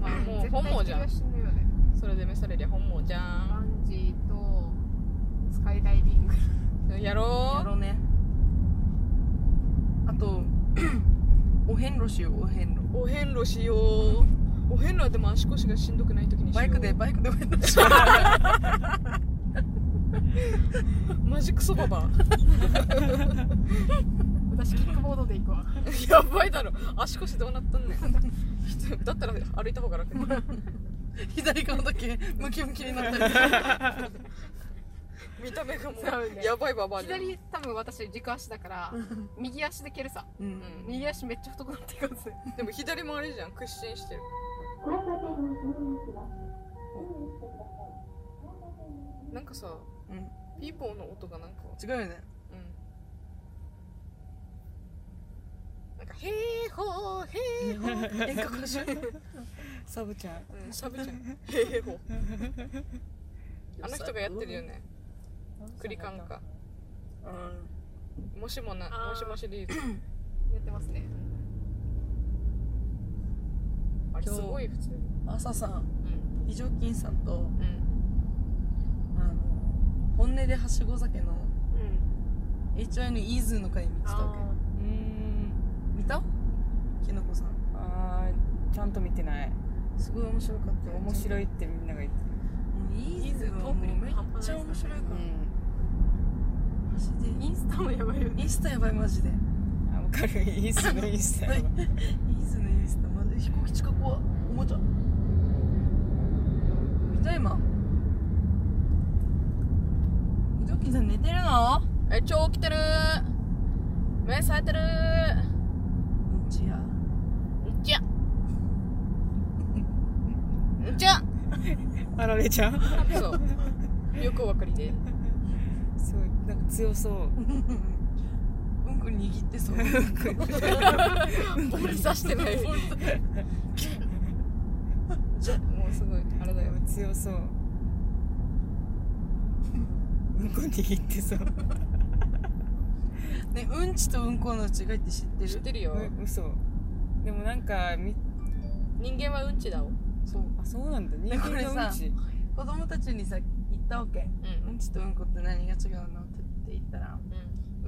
Speaker 1: まあ もう本望じゃん
Speaker 4: 絶対人が死ぬよね
Speaker 1: それで召されりゃ本望じゃ
Speaker 4: バ
Speaker 1: ん
Speaker 4: ンジーとスカイダイビング
Speaker 1: やろ
Speaker 2: や
Speaker 1: う
Speaker 2: ろうねあと お遍路しようお遍路
Speaker 1: お遍路しようお遍路はでも足腰がしんどくない時にしよう
Speaker 2: バイクでバイクでお遍路しよ
Speaker 1: マジクソババア
Speaker 4: 私キックボードで行くわ
Speaker 1: やばいだろ足腰どうなったんねんだったら歩いた方が楽
Speaker 2: 左側だけムキムキになったりとか見た目がも
Speaker 4: そう
Speaker 2: う
Speaker 4: ね
Speaker 2: やばいババアじゃん、
Speaker 4: 左多分私軸足だから右足で蹴るさ
Speaker 2: うん
Speaker 4: 右足めっちゃ太くなっていくんですね
Speaker 2: でも左もあれじゃん屈伸してる
Speaker 1: なんかさ、
Speaker 2: うん
Speaker 1: ピーポーの音がなんか、
Speaker 2: 違うよね
Speaker 1: うん。なんか、へーほー、へーほー。
Speaker 2: 演歌歌手サブちゃん
Speaker 1: うん、しゃべちゃん。へ ーほー。あの人がやってるよね。クリカンか。
Speaker 2: うん
Speaker 1: もしもな、
Speaker 4: あー
Speaker 1: もしもシリーズ。
Speaker 4: やってますね
Speaker 1: あれすごい普通に。
Speaker 2: 朝さん
Speaker 1: うん。
Speaker 2: 非常勤さんと
Speaker 1: うん。
Speaker 2: あの本音ではしご酒の HI のイーズーの会見てたわけ
Speaker 3: うーん
Speaker 2: 見たきなこさん
Speaker 3: あーちゃんと見てない
Speaker 2: すごい面白かったよ
Speaker 3: 面白
Speaker 2: い
Speaker 3: いってみんなが言って
Speaker 2: イーズーはもうめっちゃ面白いか
Speaker 3: る
Speaker 2: らマジで
Speaker 4: インスタもやばいよね
Speaker 2: インスタやばいマジで
Speaker 3: うんあわかるいいっすねいいっすね
Speaker 2: はいイーズーのインスタマジで飛行機近くはおもちゃ見た今ひどきさん寝てるの
Speaker 1: え、超起きてるー。目冴えてるー。
Speaker 2: うんちや
Speaker 1: んちゃ。んちゃ。
Speaker 3: あられちゃん
Speaker 1: そう。よくお分かりで。
Speaker 3: すごいなんか強 そう
Speaker 2: うんこ握ってそう
Speaker 1: 俺さしてない。もうすごい、あれだよ。
Speaker 3: 強 そううんこ握ってそう
Speaker 2: ねうんちとうんこの違いって知ってる
Speaker 1: 知ってるよ。
Speaker 3: う嘘でもなんかみ
Speaker 1: 人間はうんちだを。
Speaker 2: そう
Speaker 3: あそうなんだ人
Speaker 2: ねこれ
Speaker 3: 間のうん
Speaker 2: さ
Speaker 3: ち
Speaker 2: 子供たちにさ言ったわけ
Speaker 1: う。
Speaker 2: うんんちとうんこって何が違うのって言った
Speaker 1: う
Speaker 2: ら
Speaker 1: ん。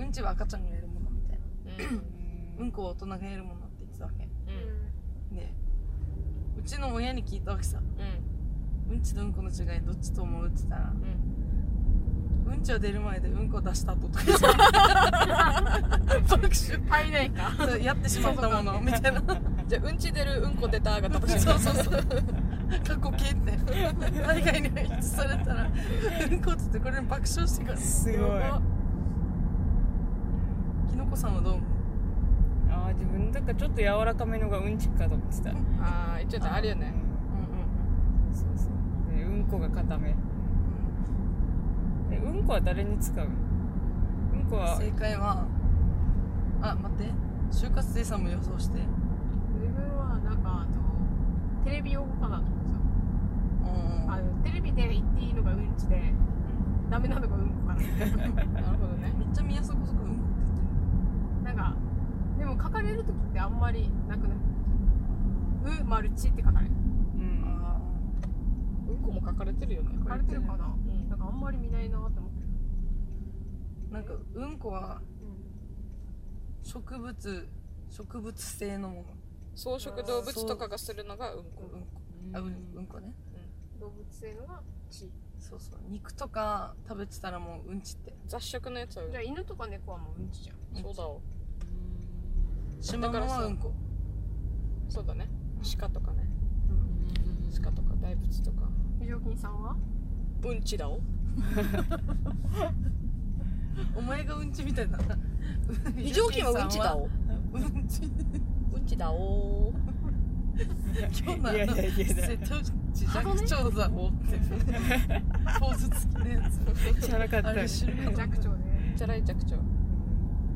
Speaker 2: うんちは赤ちゃんがやるものみたいな
Speaker 1: うん。
Speaker 3: う
Speaker 2: うん
Speaker 3: ん
Speaker 2: こは大人がやるものって言ってたわけ
Speaker 1: うん。
Speaker 2: でうちの親に聞いたわけさ
Speaker 1: うん。
Speaker 2: うんちとうんこの違いどっちと思うって言ったらうんちは出る前でうんこ出した後とか言ってた爆
Speaker 4: 体内か
Speaker 2: 笑そうやってしまったものみたいな
Speaker 1: うん。じゃあ、うんち出る、うんこ出たが正しい。
Speaker 2: そうそうそう過去形って海外に排出されたらうんこっつってこれで爆笑してから
Speaker 3: すごい
Speaker 2: やばきのこさんはどう思う
Speaker 3: あー自分だからちょっと柔らかめのがうんちかと思ってたうん
Speaker 1: ああ、ちょっとあるよね。
Speaker 3: そうそうでうんこが固めえうんこは誰に使うのうんこは
Speaker 2: 正解はあ待って就活生さんも予想して
Speaker 4: 自分はなんかあのテレビ用語かなと思ってたあ
Speaker 2: う
Speaker 4: のテレビで言っていいのがうんちでダメなのがうんこか な
Speaker 1: なるほどね
Speaker 2: ん。めっちゃ宮迫そこうんこって言ってる
Speaker 4: なんかでも書かれる時ってあんまりなくないうマルチって書かれる
Speaker 3: うん
Speaker 2: あ
Speaker 1: うんこも書かれてるよね。
Speaker 4: 書かれてるかな
Speaker 1: うん
Speaker 4: なんかあんまり見ないなって思って
Speaker 2: ーなんかうんこは植物植物性のも
Speaker 1: 草食動物とかがするのがうんこ
Speaker 2: の。うんこあうんうんこね
Speaker 4: 動物性のがち
Speaker 2: そうそう肉とか食べてたらもううんちって
Speaker 1: 雑食のやつはうん
Speaker 4: じ
Speaker 1: こ
Speaker 4: ゃあ犬とか猫はもううんちじゃん
Speaker 1: そうだわ
Speaker 2: シマウマはうんこ
Speaker 1: そうだね。鹿とかね。鹿とか大仏とか。
Speaker 4: 非常勤さんは
Speaker 1: うんちだお。
Speaker 2: お前がうんちみたい だな
Speaker 1: 非常勤はうんちだお。
Speaker 2: うんち
Speaker 1: うんちだお。
Speaker 2: 今日
Speaker 3: いやいやいや
Speaker 2: 瀬戸内寂聴 だおってポーズ付きのやつ
Speaker 3: 知らなかっ
Speaker 2: あ
Speaker 3: た
Speaker 2: れ知るよ
Speaker 4: 弱調ね
Speaker 1: チャラい弱長。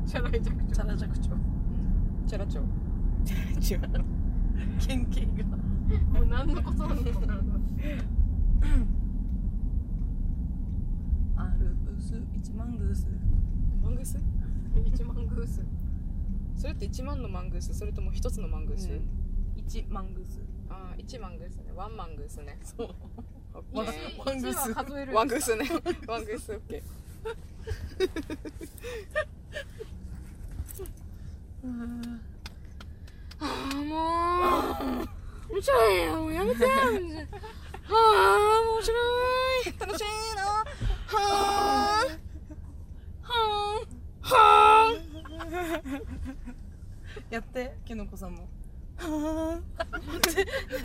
Speaker 4: じゃない弱
Speaker 2: チ
Speaker 4: 調
Speaker 2: ャラ寂 聴
Speaker 1: チャラ長。
Speaker 3: 違う
Speaker 2: 県警が
Speaker 4: もう何のことなのか分からない
Speaker 2: アルブス一万グース
Speaker 1: マングース
Speaker 4: 一万グース
Speaker 1: それって1万のマングースそれとも1つのマングース、
Speaker 3: うん
Speaker 2: 一万グース
Speaker 1: ああ1マングースねワンマングースね
Speaker 2: そう
Speaker 1: オッ
Speaker 2: ワン
Speaker 1: ケ
Speaker 2: ワングース
Speaker 4: 一は数える
Speaker 1: ーワングースねワングースオッケーああもう面白いよもうやめてはあ面白い楽しいなはあはあはあ
Speaker 2: やってきのこさんも
Speaker 1: ははぁ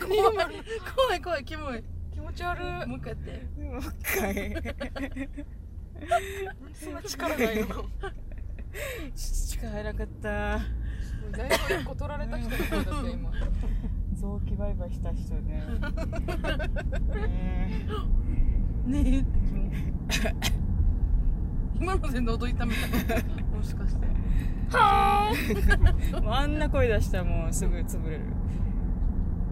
Speaker 2: 怖い怖い怖いキモい
Speaker 1: 気持ち悪い
Speaker 2: もう一回やって
Speaker 3: もう一回
Speaker 2: そんな力ないの
Speaker 3: 力入らなかった
Speaker 1: 材料1個取られた人みたいだったよ今
Speaker 3: 臓器売買した人ねね
Speaker 2: ねえってキモい今ので喉痛めたの もしかして
Speaker 1: はぁ
Speaker 3: えもうあんな声出したらもうすぐ潰れる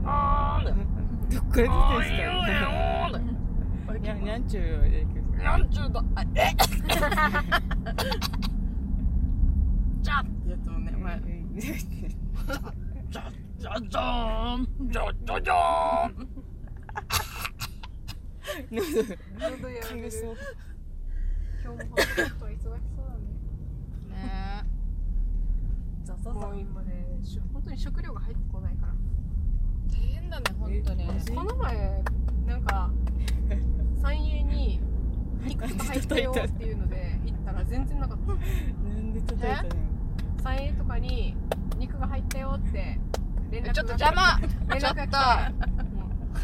Speaker 1: はぁ
Speaker 3: どっから出てきてんすか
Speaker 1: は ぁ
Speaker 3: いやにゃんちゅうで行く
Speaker 1: なんちゅうだあえ
Speaker 2: じゃあってやつもね前
Speaker 1: じゃじゃじゃーんじゃじゃじゃーん
Speaker 3: 喉が
Speaker 4: 喉やられ
Speaker 3: 枯れ
Speaker 4: る
Speaker 3: そう
Speaker 4: 今日も本当に忙しそうだね
Speaker 1: ね
Speaker 2: ザザ
Speaker 4: もう今ねし本当に食料が入ってこないから
Speaker 1: え大変だね本当に
Speaker 4: この前なん か三栄に肉とか入ったよっていうので行ったら全然なかった
Speaker 3: なんで叩いたの
Speaker 4: 三栄とかに肉が入ったよって連絡
Speaker 1: ちょっと
Speaker 4: が
Speaker 1: 邪魔
Speaker 4: 連
Speaker 1: ちょっ
Speaker 4: 絡
Speaker 1: と
Speaker 4: が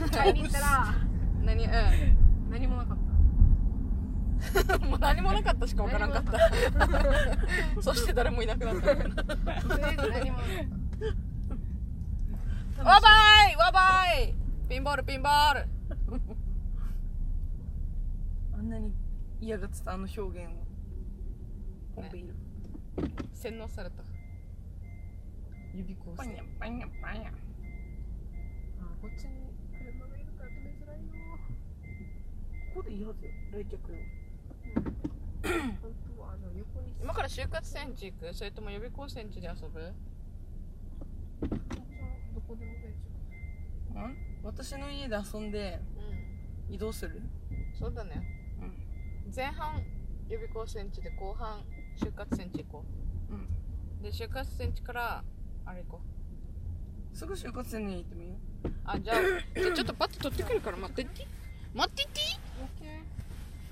Speaker 4: 来た買いに行ったら
Speaker 1: 何
Speaker 4: 何もなかった
Speaker 1: うんもう何もなかったしかわからんかったそして誰もいなくなったみたいな
Speaker 4: とりあえず何もなかっ
Speaker 1: わばいわばいピンボールピンボール
Speaker 2: あんなに嫌がってたあの表現をコンビール
Speaker 1: 洗脳された
Speaker 3: 指こうして
Speaker 2: パニャパニャ
Speaker 4: たあこっちに車がいるから止めづらいよ
Speaker 2: ここで嫌だよ来客よ
Speaker 4: 本当はあの横に
Speaker 1: 今から就活戦地行くそれとも予備校戦地で遊ぶ
Speaker 4: どこでも大丈
Speaker 2: ん私の家で遊んで
Speaker 1: うん
Speaker 2: 移動する
Speaker 1: そうだね前半予備校戦地で後半就活戦地行こう
Speaker 2: うん
Speaker 1: で就活戦地からあれ行こ
Speaker 2: すぐ就活生に行ってもいいよ
Speaker 1: うあ じゃあじゃあちょっとバッて取ってくるから待ってって待ってって
Speaker 4: 夫オッケー
Speaker 3: 予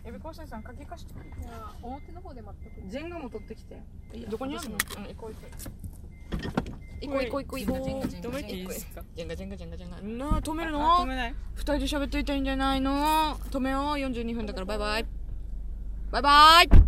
Speaker 3: 備校生さん書き貸してくれ
Speaker 4: じゃあ表の方で待っとく
Speaker 2: ジェンガも取ってきて
Speaker 1: どこにあるのうん行こう行こう行こう行こう行こう行こう
Speaker 3: 止めていいですか
Speaker 1: ジェンガジェンガジェンガジェンガなあ止める
Speaker 3: あ
Speaker 1: の
Speaker 3: 止めない
Speaker 1: 二人で喋っていたいんじゃないの止めよう42分だからバイバイバイバイ